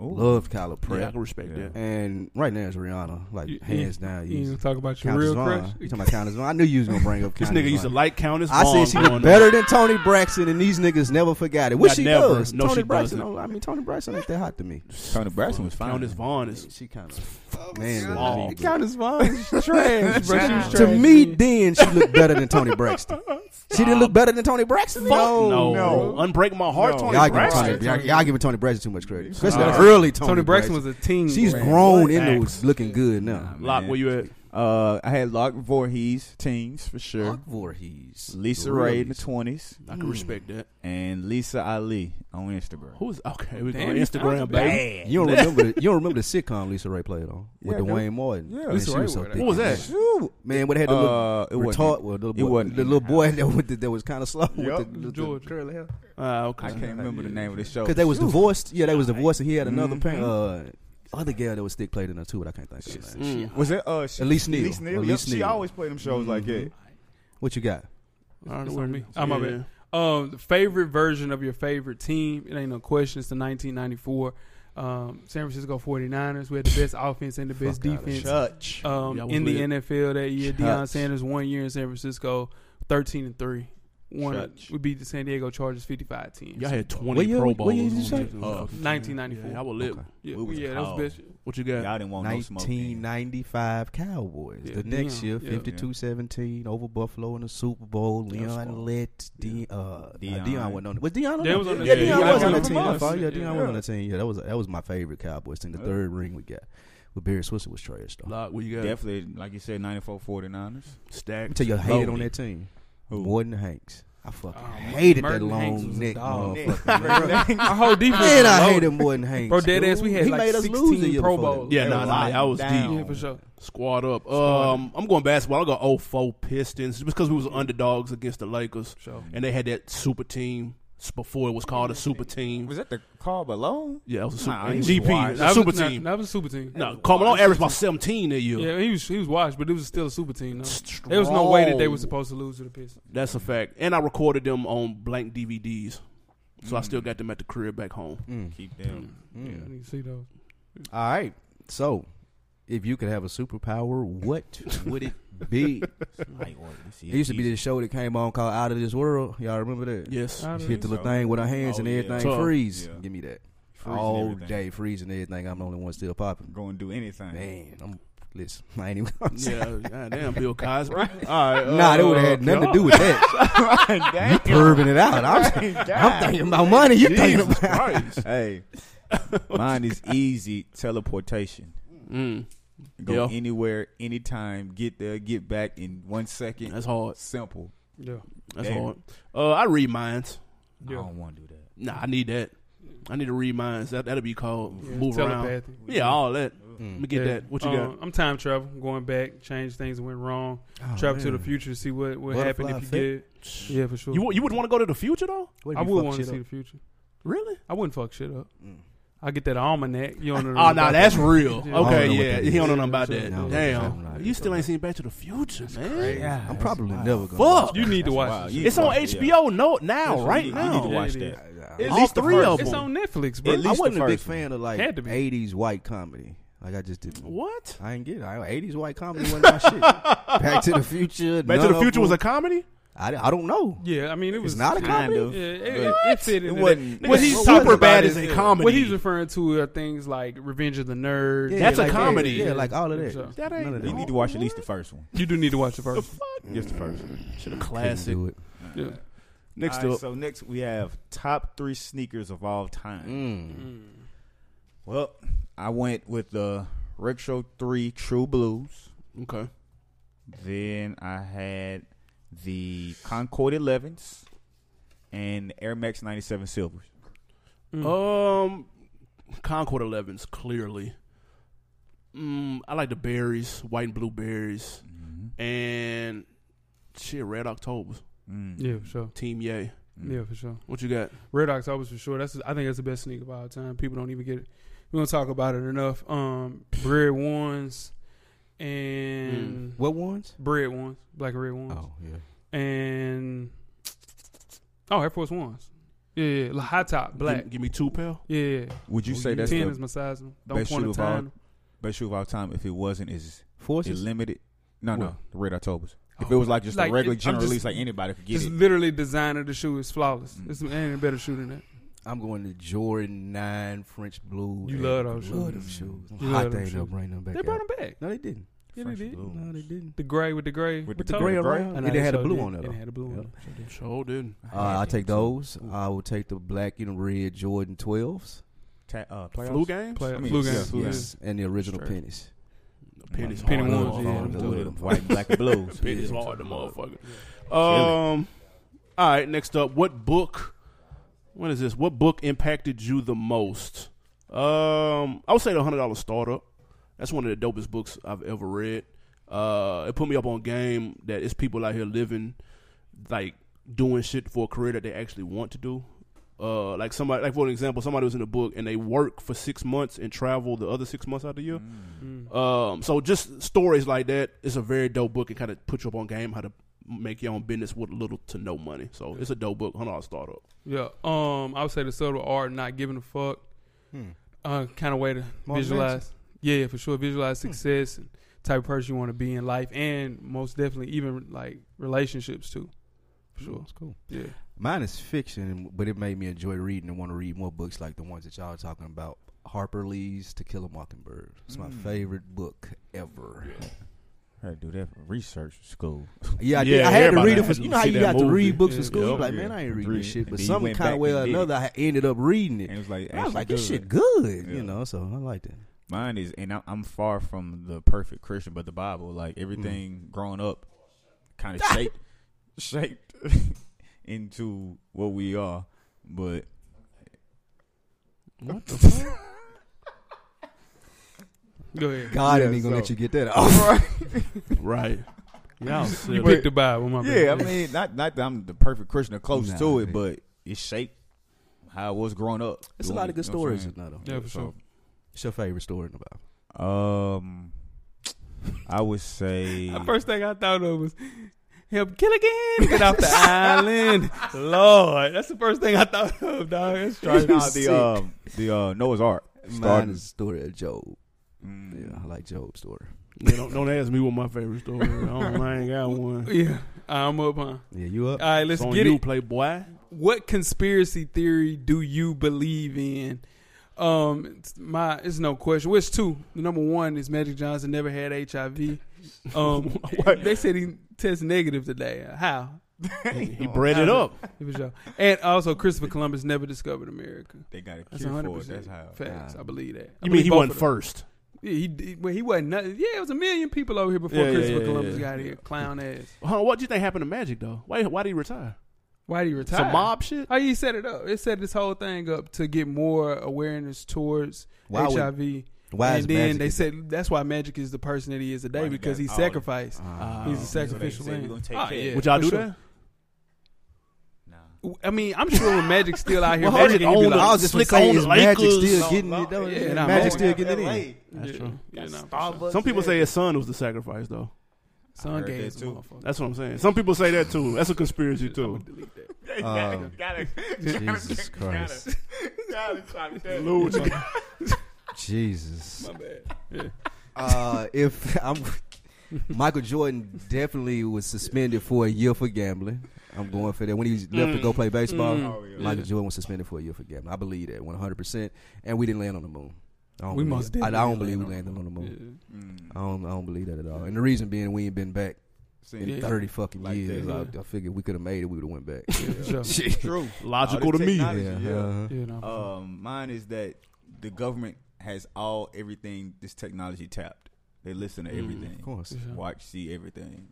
Ooh. Love Kyla Yeah, I Pratt. can respect Yeah. that. And right now it's Rihanna, like You- hands down. You You ain't gonna talk about your Count real Devon. crush. You talking about Count Devon? I knew you was gonna bring <laughs> up This Count nigga used to Devon. like count his I said she was was better than Tony Braxton, and these niggas never forgot it. What Nah, she never. does? No, Tony she Braxton. doesn't. I mean, Tony Braxton ain't that hot to me. Tony Braxton was fine. Countess Vaughn is She kind of man. Small. but- Count is fine. <laughs> She's trash, bro. She was to trash. me, then she looked better than Tony Braxton. She didn't look better than Tony Braxton. Fuck no. no. Unbreak my heart, No. Tony Y'all giving Braxton. Tony, y'all, y'all giving Tony Braxton too much credit. Especially Nah. the early Tony, Tony Braxton was a teen. She's bro. grown into Facts. looking good now. Nah, Lock, man. where you at? Uh, I had Lock Voorhees teens for sure. Fuck Voorhees. Lisa Really? Ray in the twenties, I can respect that. and Lisa Ali on Instagram. Who's okay? We go Damn, you sound Instagram, baby. Bad. <laughs> You don't remember? The, you don't remember the sitcom Lisa Ray played on with Yeah, I do. Dwayne Martin? Yeah. Man, Lisa she Ray was so was- thick. What was that? Shoot. Man, what had the little Uh, it was retard? Well, the It little boy, <laughs> wasn't. the little boy that, with the, that was kind of slow Yup. with the, the, the Georgia. curly hair. Ah, I okay. can't remember the name of the show. Because they was Shoot. divorced. Yeah, they was divorced, and he had another Mhm. parent. Uh, other girl that was thick played in her too, but I can't think of her name. Mm. Was it uh? She, Elise Neal. Elise Neal. Elise Yep, She Neal. Mm-hmm. always played them shows like that. What you got? I don't know Ah, It's where on it me. is. Oh, my Yeah. bad. Um, the favorite version of your favorite team, it ain't no question. It's the 1994 um, San Francisco 49ers. We had the best offense and the best Fuck outta defense Church. um, Y'all was in the lit. NFL that year. Shucks. Deion Sanders, one year in San Francisco, 13 and 3. One Shucks. we beat the San Diego Chargers 55 10. Y'all had What twenty year- Pro what Bowls. year did you on say? this. Uh, Yeah, 1994. I would live. Okay. Yeah, We was yeah that was cold. best. What you got? Y'all didn't want Oh, no smoke. then. 1995 Cowboys. Yeah, the next Deion, year, yeah. 52-17 over Buffalo in the Super Bowl. That was Leon fun. let De- uh, uh, Deion. Deion wasn't on. it. Was Deion on? Deion it? was on the yeah, team. Deion Deion was on the came team. from That's us. right. Yeah, Yeah. Deion was on the team. Yeah, that was that was my favorite Cowboys team. The Yeah. third ring we got. With Barry Switzer was trash though. Lock, what you got? Definitely, like you said, 94 <laughs> 49ers. Let me Stacked. tell you, I hated on Loaded. that team. Who? Morton Hanks. I Oh, fucking Mer- hated that Merton Hanks was long a neck dog. motherfucker. Our whole defense. <laughs> Man, was I <laughs> loaded. hated Morton Hanks. Bro, dead ass, we had He like made us lose 16 the year Pro before that. Bowls. Yeah, nah, They nah, were I was down. deep. Yeah, for sure. Squad up. Um, I'm going basketball. I'll go 04 Pistons because we was underdogs against the Lakers. Sure. And they had that super team. s- before it was called a super team. Was that the Carl Malone? Yeah, it was a super Nah, he was GP, washed. a super was, nah, team. That was a super team. No, Carl Malone averaged about 17 that year. Yeah, he was he was washed, but it was still a super team. Though. There was no way that they were Strong. supposed to lose to the Pistons. That's a fact. And I recorded them on blank DVDs. So Mm. I still got them at the crib back <laughs> home. Mm. Keep them. Yeah, I need to see those. All right. So, if you could have a superpower, what would it <laughs> be? It Mm. used to be this show that came on called Out of This World. Y'all remember that? Yes. I Just don't hit the know. little thing with our hands Oh, and yeah. everything Tough. freeze. Yeah. Give me that Freezing all everything. day, freezing everything. I'm the only one still popping. Go and do anything. <laughs> Man, I'm listen. I ain't even. Gonna say. yeah, goddamn, <laughs> Bill Cosby. All Oh, right, uh, Nah, that would have had nothing to do with that. Damn. Curving it <laughs> out. I'm, I'm thinking about money. You thinking about? Christ. <laughs> hey, mine is easy teleportation. Mm, Go Yeah. anywhere, anytime, get there, get back in one second. Mm, that's hard. simple. Yeah, That's Damn. hard. Uh, I read minds. I yeah. don't want to do that. Nah, I need that. I need to read minds. That that'll be called yeah. move around. telepathy. Yeah, all that. Let me get Yeah. that. What you Uh, I'm time travel, going back, change things that went wrong, Oh, Oh, travel to the future, see what what happened if you Butterfly get. it. got? Yeah, for sure. You wou- you would want to go to the future though? I would want to see the future. Really? I wouldn't fuck shit up. Mm. I get that almanac. <laughs> You don't know. Oh, nah, that's real. Yeah. I Okay, don't know what yeah, that he don't know is. nothing about Yeah, that. no, no, Damn, no, no, you still no. ain't seen Back to the Future, man. I'm probably never gonna. Fuck. You need to watch. Wow, that you- shit. It's on Yeah. HBO no now, That's what right you need- You need now. to Yeah, watch it is. that. At I, least the three first of one. It's them. on Netflix, bro. At I least wasn't the a big first fan of like Had to be. 80s white comedy. Like I just didn't. What? I ain't get it. I, 80s white comedy wasn't my shit. Back to the Future. Back to the Future was a comedy. I, I don't know. yeah, I mean, it was It's not a yeah, comedy. Yeah, it, But it, it fit It in. wasn't. What he's Nigga, talking super about bad is is a good. comedy. What he's referring to are things like Revenge of the Nerds. That's a like that. comedy. Yeah, like all of that. That ain't- None of You need to watch at least the first one. You do need to <laughs> watch the first. Mm. Just the first one. Should have Couldn't classic. do it. one. Yeah. Next All right, up, So next we have top three sneakers of all time. Mm. Mm. Well, I went with the Retro Three True Blues. okay. Then I had the Concord Elevens and the Air Max ninety seven Silvers. Mm. Um, Concord 11s clearly. Mm, I like the berries, white and blue berries, and shit, Red Octobers. Mm. Yeah, for sure. Team Yay. Yeah, for sure. What you got? Red October's for sure. That's I think that's the best sneaker of all time. People don't even get it. We don't talk about it enough. Um, bread ones and Mm. What ones? bread ones, black and red ones, Oh, yeah. and oh Air Force ones. Yeah, yeah, like high top black. Give, give me two pair. Yeah, yeah. Oh, Would you say that's ten the is my size. Don't best point shoe to of all- time. best shoe of all time? If it wasn't, is it Forces? limited? No, no, What? the Red Octobers. If Oh. it was like just Like, a regular it- I'm general just- release, like anybody could get Just it. literally design of the shoe is flawless. Mm. It's ain't a better shoe than that. I'm going to Jordan 9 French Blue. You and- love those shoes. Love them shoes. You Hot love them thing, they'll shoes. bring them back They brought out. them back. No, they didn't. Yeah, they Fresh did. blue. No, they didn't. The gray with the gray With with the the gray toe. around. I know, It they had a sure blue did. on it, It though. had a blue on Yep. it. Sure didn't. Uh, I'll take those. I will take the black and red Jordan 12s. Ta- uh, Flu playoffs? games. Play, I mean, flu yeah, games. flu yeah. games. And the original Straight. pennies. Pennies. Penny hard. ones, yeah, Motherfucker. them do it. White, black, and blues. Pennies Yeah. hard, the motherfucker. Um. All right. Next up, what book? What is this? What book impacted you the most? Um, I would say the hundred dollar startup. That's one of the dopest books I've ever read. Uh, it put me up on game that it's people out here living, like doing shit for a career that they actually want to do. Uh, like somebody, like for an example, somebody was in the book and they work for six months and travel the other six months out of the year. Mm. Mm. Um, so just stories like that. It's a very dope book. It kind of puts you up on game how to make your own business with little to no money. So it's a dope book. Hundred dollar startup. Yeah. Um, I would say the subtle art, not giving a fuck, Hmm. uh, kind of way to Mark visualize. Yeah, for sure. Hmm. Visualize success and type of person you want to be in life, and most definitely even like relationships too. For sure. That's cool. Yeah. Mine is fiction, but it made me enjoy reading and want to read more books like the ones that y'all are talking about. Harper Lee's To Kill a Mockingbird. It's my favorite book ever. I had to do that for research school. Yeah, I, did. Yeah, I had to everybody read it had for. to You know how see you that got to movie. read books Yeah. for school. Yep. Like, Yeah. man, I ain't And reading read this it. shit. And But then you some went kind back of way or and did it. another, I ended up reading it. And it was like, I was like, actually this good. shit good, Yeah. you know. So I liked it. Mine is, and I- I'm far from the perfect Christian, but the Bible, like everything growing up, <laughs> kind of shaped, shaped <laughs> into what we are. But What the fuck? Go ahead. God Yeah, ain't gonna let so- you <laughs> get that off. Right. <laughs> Y'all silly. You picked the Bible, my yeah, I bad. mean, not not that I'm the perfect Christian or close Nah, to it, man. but it shaped how I was growing up. It's a doing lot it, of good you know what I'm stories saying? in there, though. <laughs> Yeah, for sure. What's your favorite story in the Bible? Um, I <laughs> would say <laughs> The first thing I thought of was him kill again, get off <laughs> the island. Lord, that's the first thing I thought of, dog. <laughs> That's true. Try it out, Sick. the um the uh, Noah's Ark. Mine Starting. is the story of Job. Mm. Yeah, I like Job's story. Man, don't, don't ask me what my favorite story is. I, don't, I ain't got <laughs> one. Yeah, I'm up, huh? All Yeah, you up? right, It's let's on get you, it. Playboy. What conspiracy theory do you believe in? Um, it's my it's no question. Which two? Number one is Magic Johnson never had HIV. <laughs> Um, they said he tested negative today. How? He Oh, bred it up. It was y'all. And also, Christopher Columbus never discovered America. They got a That's cure hundred for it. percent That's how. facts. I believe that. I You mean believe he both wasn't of them. first? Yeah, he did- well, he wasn't. Nothing. Yeah, it was a million people over here before Yeah, yeah, Christopher yeah, Columbus yeah. got here. Clown ass. Huh, what do you think happened to Magic though? Why why did he retire? Why did he retire? Some mob shit? Oh, he set it up. It set this whole thing up to get more awareness towards Why would- HIV. Why and is then magic they said that's why Magic is the person that he is today Why he because got he all- sacrificed. uh, Ah. He's a sacrificial So they said lamb. we gonna take Ah, care. yeah, Would y'all for do sure. that? Nah. I mean, I'm sure when Magic's still <laughs> out here, Well, Magic Magic ain't be owned like, I was just Slick saying, on the magic Lakers. still No, getting it though. yeah, nah, magic Magic still getting it in. That's Yeah, true. yeah, nah, for sure. Some people say his son was the sacrifice though. I Son heard gay that is a too. motherfucker. That's what I'm saying. Some people say that too. That's a conspiracy too. Um, <laughs> <laughs> gotta, Jesus Christ. gotta try that. Lord, <laughs> Jesus. My bad. Yeah. Uh, if <laughs> I'm Michael Jordan definitely was suspended for a year for gambling. I'm going for that. When he left Mm. to go play baseball, Oh, Michael Jordan was suspended for a year for gambling. I believe that 100. percent And we didn't land on the moon. I don't We believe- most I, I definitely don't believe we land landed on the moon. Yeah. Mm. I don't. I don't believe that at all. And the reason being, we ain't been back in Yeah. 30 fucking Like years. that. I, I figured we could have made it. We would have went back. Yeah, for sure. True. logical to me. Yeah. uh-huh. Yeah, nah, for sure. Um, mine is that the government has all everything this technology tapped. They listen Mm, to everything. Of course. Yeah. Watch, see everything.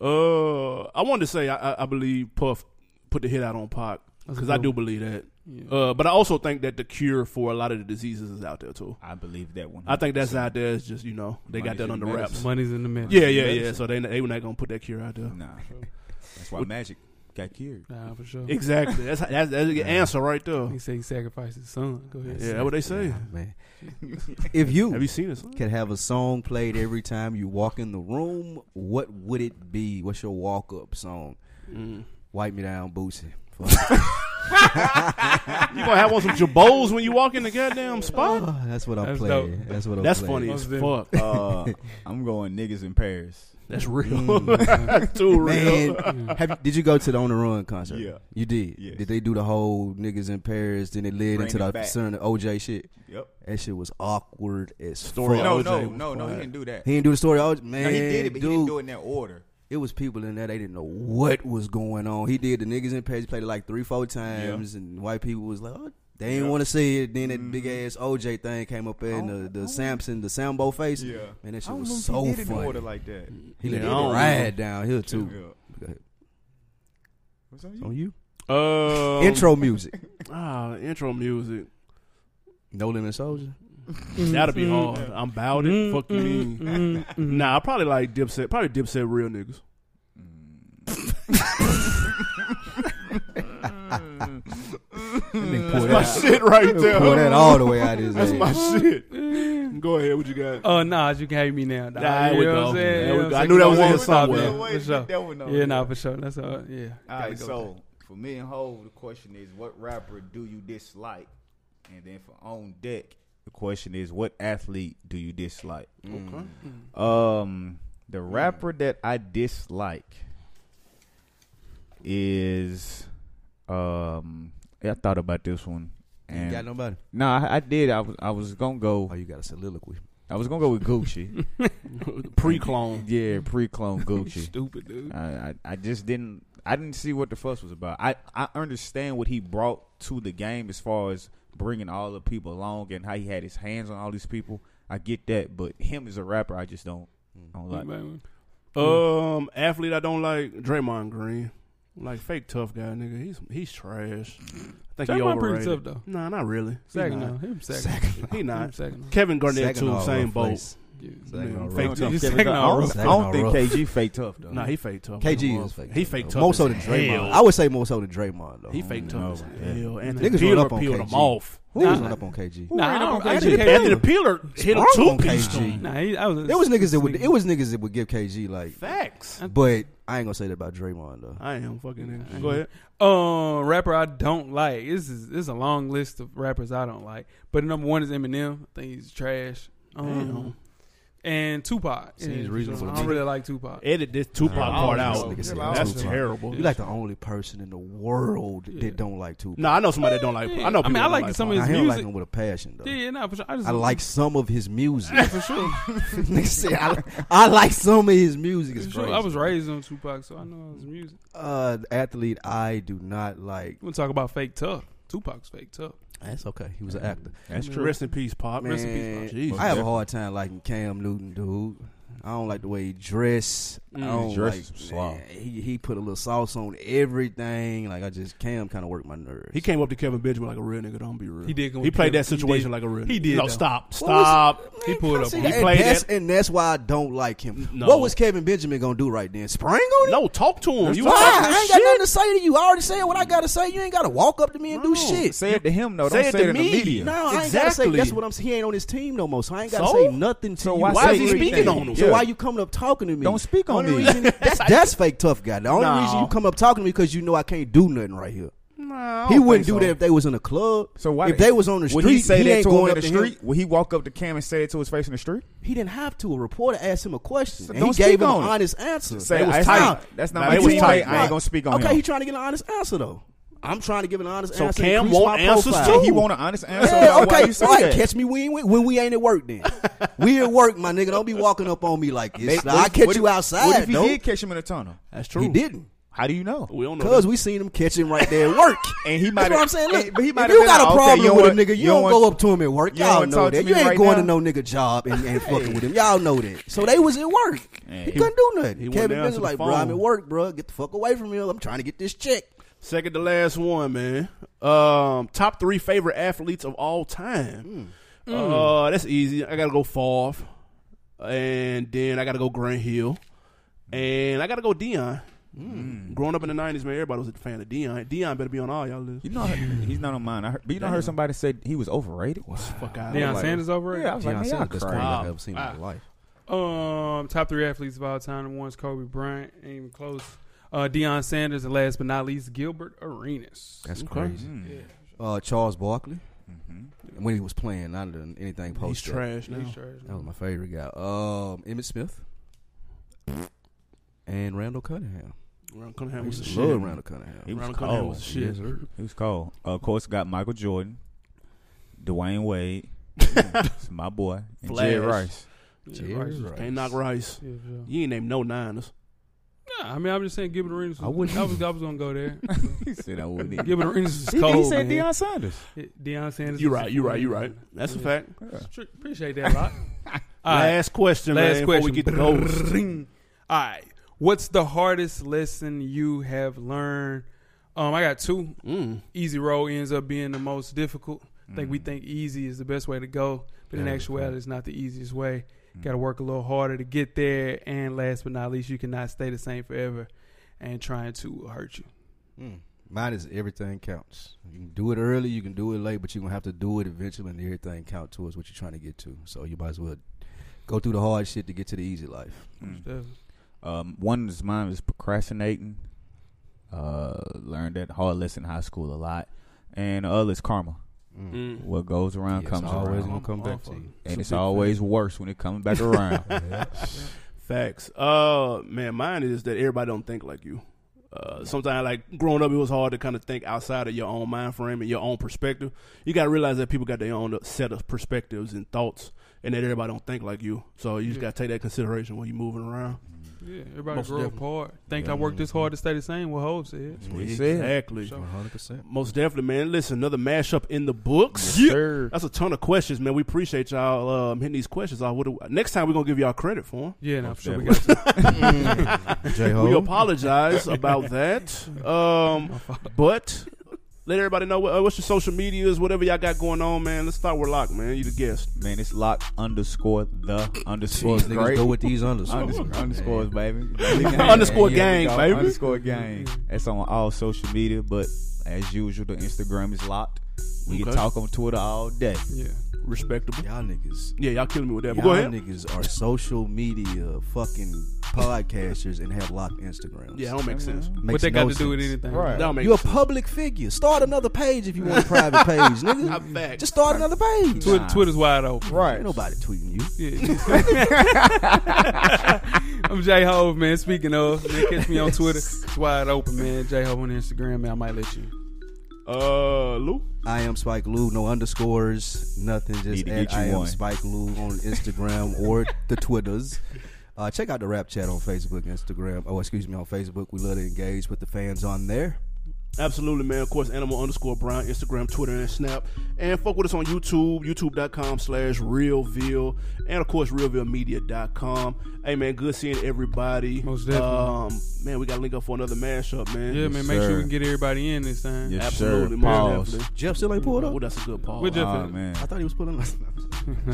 Uh, I wanted to say I, I- I believe Puff put the hit out on Pac That's because I dope. do believe that. Yeah. Uh, but I also think that the cure for a lot of the diseases is out there too. I believe that one. I think that's out there. It's just you know they got Money that should under matter. wraps. Money's in the middle. uh, Yeah, yeah, yeah. Medicine. So they they were not gonna put that cure out there. Nah, that's why magic <laughs> got cured. Nah, for sure. Exactly. That's that's, that's the answer right there. He said he sacrificed his son. Go ahead. Yeah, that's what they say. Yeah, man. if you Have you seen it? son? could have a song played every time you walk in the room, what would it be? What's your walk up song? Mm. Wipe me down, Boosie. <laughs> You gonna have on some jabots when you walk in the goddamn <laughs> spot? Oh, that's what I'm That's playing. dope. That's what I'm That's funny playing. as Most fuck. Uh, I'm going niggas in Paris. That's real. <laughs> That's <laughs> too real. Mm. Man, have you, did you go to the On the Run concert? Yeah. you did. Yes. Did they do the whole niggas in Paris? Then it led Bring into it the back. certain OJ shit. Yep. That shit was awkward as Story fuck. of No, OJ no, was no, no. He fire. didn't do that. He didn't do the story. of OJ. Man, no, he did it, but dude, he didn't do it in that order. it was people in there. They didn't know what was going on. He did the niggas in Paris played it like three, four times, and white people was like, oh, they didn't Yeah. want to see it. Then that big Mm-hmm. ass OJ thing came up in Oh, the, the Samson, the Sambo face. man, that I shit don't was know so if he did it in order funny. like that. He Yeah, let I it don't know. ride downhill too. Yeah. Go ahead. What's on It's you? On Oh, you, Um, intro music. Ah, intro music. No <laughs> limit soldier. Mm-hmm. That'll be hard. I'm about it. Mm, Fuck mm, me. mm, mm. Nah, I probably like Dipset. Probably Dipset real niggas. That nigga pulled My that, <laughs> Mm. <laughs> shit right there. pulled that all the way out of his That's ass. my shit. Go ahead. What you got? Oh, nah, you can hate me now. Dog. Nah, you we know go. What I'm saying? There You we go. know what I'm I knew that was saying? in Stop somewhere. now, For sure. Yeah, nah, for sure. That's all. Yeah. All Gotta right, go. so for me and Hove, the question is, what rapper do you dislike? And then for on deck, the question is, what athlete do you dislike? <laughs> Mm. Okay. Um, the Hmm. rapper that I dislike is, um, I thought about this one. You ain't And got nobody. no, I, I did. I was I was gonna go. Oh, you got a soliloquy. I was gonna go with Gucci. <laughs> <laughs> Pre-clone. yeah, <laughs> pre-clone <laughs> Gucci. Stupid dude. I, I I just didn't I didn't see what the fuss was about. I I understand what he brought to the game as far as bringing all the people along and how he had his hands on all these people. I get that, but him as a rapper, I just don't Mm. I don't like. Man. Um, athlete I don't like Draymond Green. Like fake tough guy, nigga. He's he's trash. I think he Draymond pretty overrated. tough though. Nah, not really. He Second not. though. Him second. He <laughs> Him not. second. Kevin Garnett Second all too. over Same the boat. place. Yeah. So they gonna Man, I fake roll. don't tough. think- Just I taking all don't rough. I don't think KG fake tough though. Nah, he fake tough. KG is fake. He tough, fake though. tough. More as so than hell. Draymond. I would say more so than Draymond though. He fake tough No, as yeah. hell. Anthony Niggas Peeler run up on peeled KG. him off. Who was Nah. run up on KG? Nah, I ran don't up on I KG? think Anthony KG. Peeler hit him Sprung two on piece. KG. though. Nah, he, I was. There was niggas that would. It was niggas that would give KG like. Facts. But I ain't gonna say that about Draymond though. I am fucking. in. Go ahead. Uh, rapper I don't like. This is this is a long list of rappers I don't like. But number one is Eminem. I think he's trash. Um, and Tupac. Seems Yeah, reasonable I to don't me. really like Tupac. Edit this Tupac Nah, part I was out. just nigga said That's Tupac. terrible. You like the only person in the world Yeah. that don't like Tupac. No, I know somebody that don't like. I know. I mean, people I that like don't some of Pac. his I don't like music- him with a passion though. Yeah, yeah, nah, for sure. I, just, I like some of his <laughs> music. <laughs> for sure. Nigga said, I, I like some of his music. It's for sure. crazy. I was raised on Tupac, so I know his music. Uh, the athlete I do not like. You want to talk about fake tough? Tupac's fake tough. That's okay. He was an actor. That's true. Rest in peace, Pop. Uh, Rest in peace, Pop. Jesus. I have a hard time liking Cam Newton, dude. I don't like the way he dress. I Mm, don't his dress like. is slob. man, he he put a little sauce on everything. Like I just Cam kind of worked my nerves. He came up to Kevin Benjamin like a real nigga. Don't be real. He did go He up to played that Kevin- he situation did. like a real. He nigga. did, No, though. stop, What was- stop. Man, He pulled up. see, on and him. He played that's, that. and that's why I don't like him. No. What was Kevin Benjamin gonna do right then? Spring on him? No, talk to him. You Why? was talking I ain't got nothing to say to you. I already said what I gotta say. You ain't gotta walk up to me and do shit. Say it to him though. Say Don't it say to it in the me. media. No, I ain't gotta say. Exactly. That's what I'm. saying. He ain't on his team no more, so I ain't gotta So? say nothing to So you. why Why is he say speaking anything? on him? So Yeah. why you coming up talking to me? Don't speak on Only me. reason- that's that's fake tough guy. The only No. reason you come up talking to me because you know I can't do nothing right here. <laughs> Nah, He wouldn't do that if they was in a club. So why if they was on the street? Would he say that ain't to him going in up the him. street? Would he walk up to Cam and say it to his face in the street? He didn't have to. A reporter asked him a question, So and he don't gave speak him on an it. honest answer. Say That was that's tight. Not, that's not Nah, my that was team. tight. I ain't gonna speak on okay, him. he trying to get an honest answer though. I'm trying to give an honest So answer. Cam increase want my answers profile. too? He want an honest answer. Yeah, about why okay, you say all right. that. Catch me when we, when we ain't at work. Then we at work, my nigga. Don't be walking up on me like They- this. what I if- catch what you if- outside. What if he though. did catch him in a tunnel? That's true. He didn't How do you know? We don't know. because we seen him catch him right there at work. <laughs> And he That's might. what I'm saying. Look, but he might if you have been got like, a okay, problem you with want- a nigga, you, don't don't want- go up to him at work. you don't Y'all wanna know talk to that. me You ain't right going now? to no nigga job and, <laughs> and fucking with him. Y'all know that. So they was at work. He, he- couldn't do nothing. he went Kevin down Benz to was the like, bro, I'm phone. at work, bro. Get the fuck away from me. I'm trying to get this check. Second to last one, man. Um, top three favorite athletes of all time. Hmm. Uh, that's easy. I gotta go Favre, and then I gotta go Grant Hill, and I gotta go Dion. Hmm. Growing up in the nineties, man, everybody was a fan of Dion. Dion better be on all y'all lists. You know, he's not on mine. I heard, but you know, I heard somebody say he was overrated. Fuck out. Deion Like, Sanders over it. Yeah, I was like, man, y'all crazy. I've ever seen in my life. Um, top three athletes of all time. Number One's Kobe Bryant, ain't even close. Uh, Deion Sanders, and last but not least, Gilbert Arenas. That's Okay. crazy. Mm. Uh, Charles Barkley, Mm-hmm. when he was playing, not in anything He's post. trash now. He's trash. That was my favorite guy. Um, Emmett Smith and Randall Cunningham. Ronald Cunningham I was used the to shit. love Randall Cunningham. He was Ronald Cunningham cold. was the shit. Yes, sir. He was cold. Uh, of course, got Michael Jordan, Dwayne Wade, <laughs> it's my boy, and Flash. Jerry Rice. Jerry Rice is- Rice. Can't knock Rice. yeah, for sure. You ain't named no niners. Nah, I mean, I'm just saying Gilbert Arenas. Was, I I, wouldn't was, I was gonna go there. he said <laughs> I wouldn't. even- Gilbert Arenas is He, cold. he said man. Deion Sanders. Deion. Sanders. You is- right. You right. You right. That's a Yeah. fact. Tr- Appreciate that, <laughs> Rock. All right, Last question, last man. question. Before we get to ghosts. Brrrring. All right, what's the hardest lesson you have learned? Um, I got two. Mm. easy road ends up being the most difficult. I Mm-hmm. think we think easy is the best way to go, but in Yeah, actuality, it's not the easiest way. Mm. Got to work a little harder to get there. And last but not least, you cannot stay the same forever. And trying to hurt you. Mm. Mine is everything counts. You can do it early, you can do it late, but you're gonna have to do it eventually, and everything count towards what you're trying to get to. So you might as well go through the hard shit to get to the easy life. Mm. Mm-hmm. Um, one is mine is procrastinating. Uh, learned that hard lesson in high school a lot, and the other is karma. Hmm. Mm. What goes around Yeah, it's comes always around, gonna come back for you. and it's always worse when it comes back around. <laughs> Facts. Uh, man, mine is that everybody don't think like you. Uh, sometimes like growing up, it was hard to kind of think outside of your own mind frame and your own perspective. You got to realize that people got their own uh, set of perspectives and thoughts, and that everybody don't think like you. So you just Yeah. got to take that consideration when you're moving around. Yeah, everybody Most grow definitely. apart. Think I worked this hard to stay the same? What Hove said. That's what he said. Exactly. So- 100%. Most definitely, man. Listen, another mashup in the books. <laughs> <laughs> Sir. That's a ton of questions, man. We appreciate y'all um, hitting these questions. I would next time we're gonna give y'all credit for them. Yeah, no, I'm sure we got definitely. to. J We Ho. <laughs> apologize about that. Um, but Let everybody know what, uh, what's your social medias, whatever y'all got going on, man. Let's start with Lock, man. You the guest. Man, it's lock underscore the underscore These niggas great. go with these underscores. Underscore, underscores, baby. Underscore Yeah, gang, dog. baby. Underscore gang. That's on all social media, but as usual, the Instagram is locked. We can Okay. talk on Twitter all day. Yeah. Respectable. Y'all niggas. Yeah, y'all killing me with that. But Y'all go ahead. niggas are social media fucking podcasters and have locked Instagrams. Yeah, that don't make sense. What Makes they got no to do with sense. anything? Right. That don't make You're a sense. public figure. Start another page if you want a private <laughs> page, nigga. Fact. Just start another page. Twitter, Nah. Twitter's wide open. Right. Ain't nobody tweeting you. Yeah. <laughs> I'm J Hove, man. Speaking of, man, catch me on Twitter. It's wide open, man. J Hove on Instagram, man. I might let you. Uh, Lou. I am Spike Lou, no underscores, nothing. Just Need to at get you I am one. Spike Lou on <laughs> Instagram or the Twitters. Uh, check out the rap chat on Facebook, Instagram. Oh, excuse me, on Facebook. We love to engage with the fans on there. Absolutely, man. Of course, animal underscore Brown, Instagram, Twitter, and Snap. And fuck with us on YouTube, youtube.com slash realville. And of course, realvillemedia.com. Hey, man, good seeing everybody. Most definitely. Um, man, we got to link up for another mashup, man. Yeah, man. Make sure sir. we can get everybody in this time. Yes, Absolutely, sir. man. Pause. Definitely. Jeff still ain't pulled Well, up. that's a good pause. We're just- Oh, man. I thought he was pulling up. <laughs>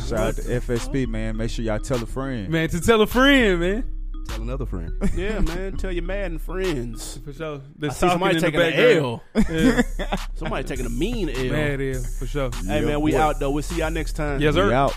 Shout out to FSP, man. Make sure y'all tell a friend. Man, to tell a friend, man. Tell another friend. yeah, man. Tell your Madden friends. For sure. The I see somebody taking an L. Somebody taking a mean L. Mad L, for sure. <laughs> Hey, <laughs> Yeah, man, we boy. out, though. We'll see y'all next time. Yes, We sir. out.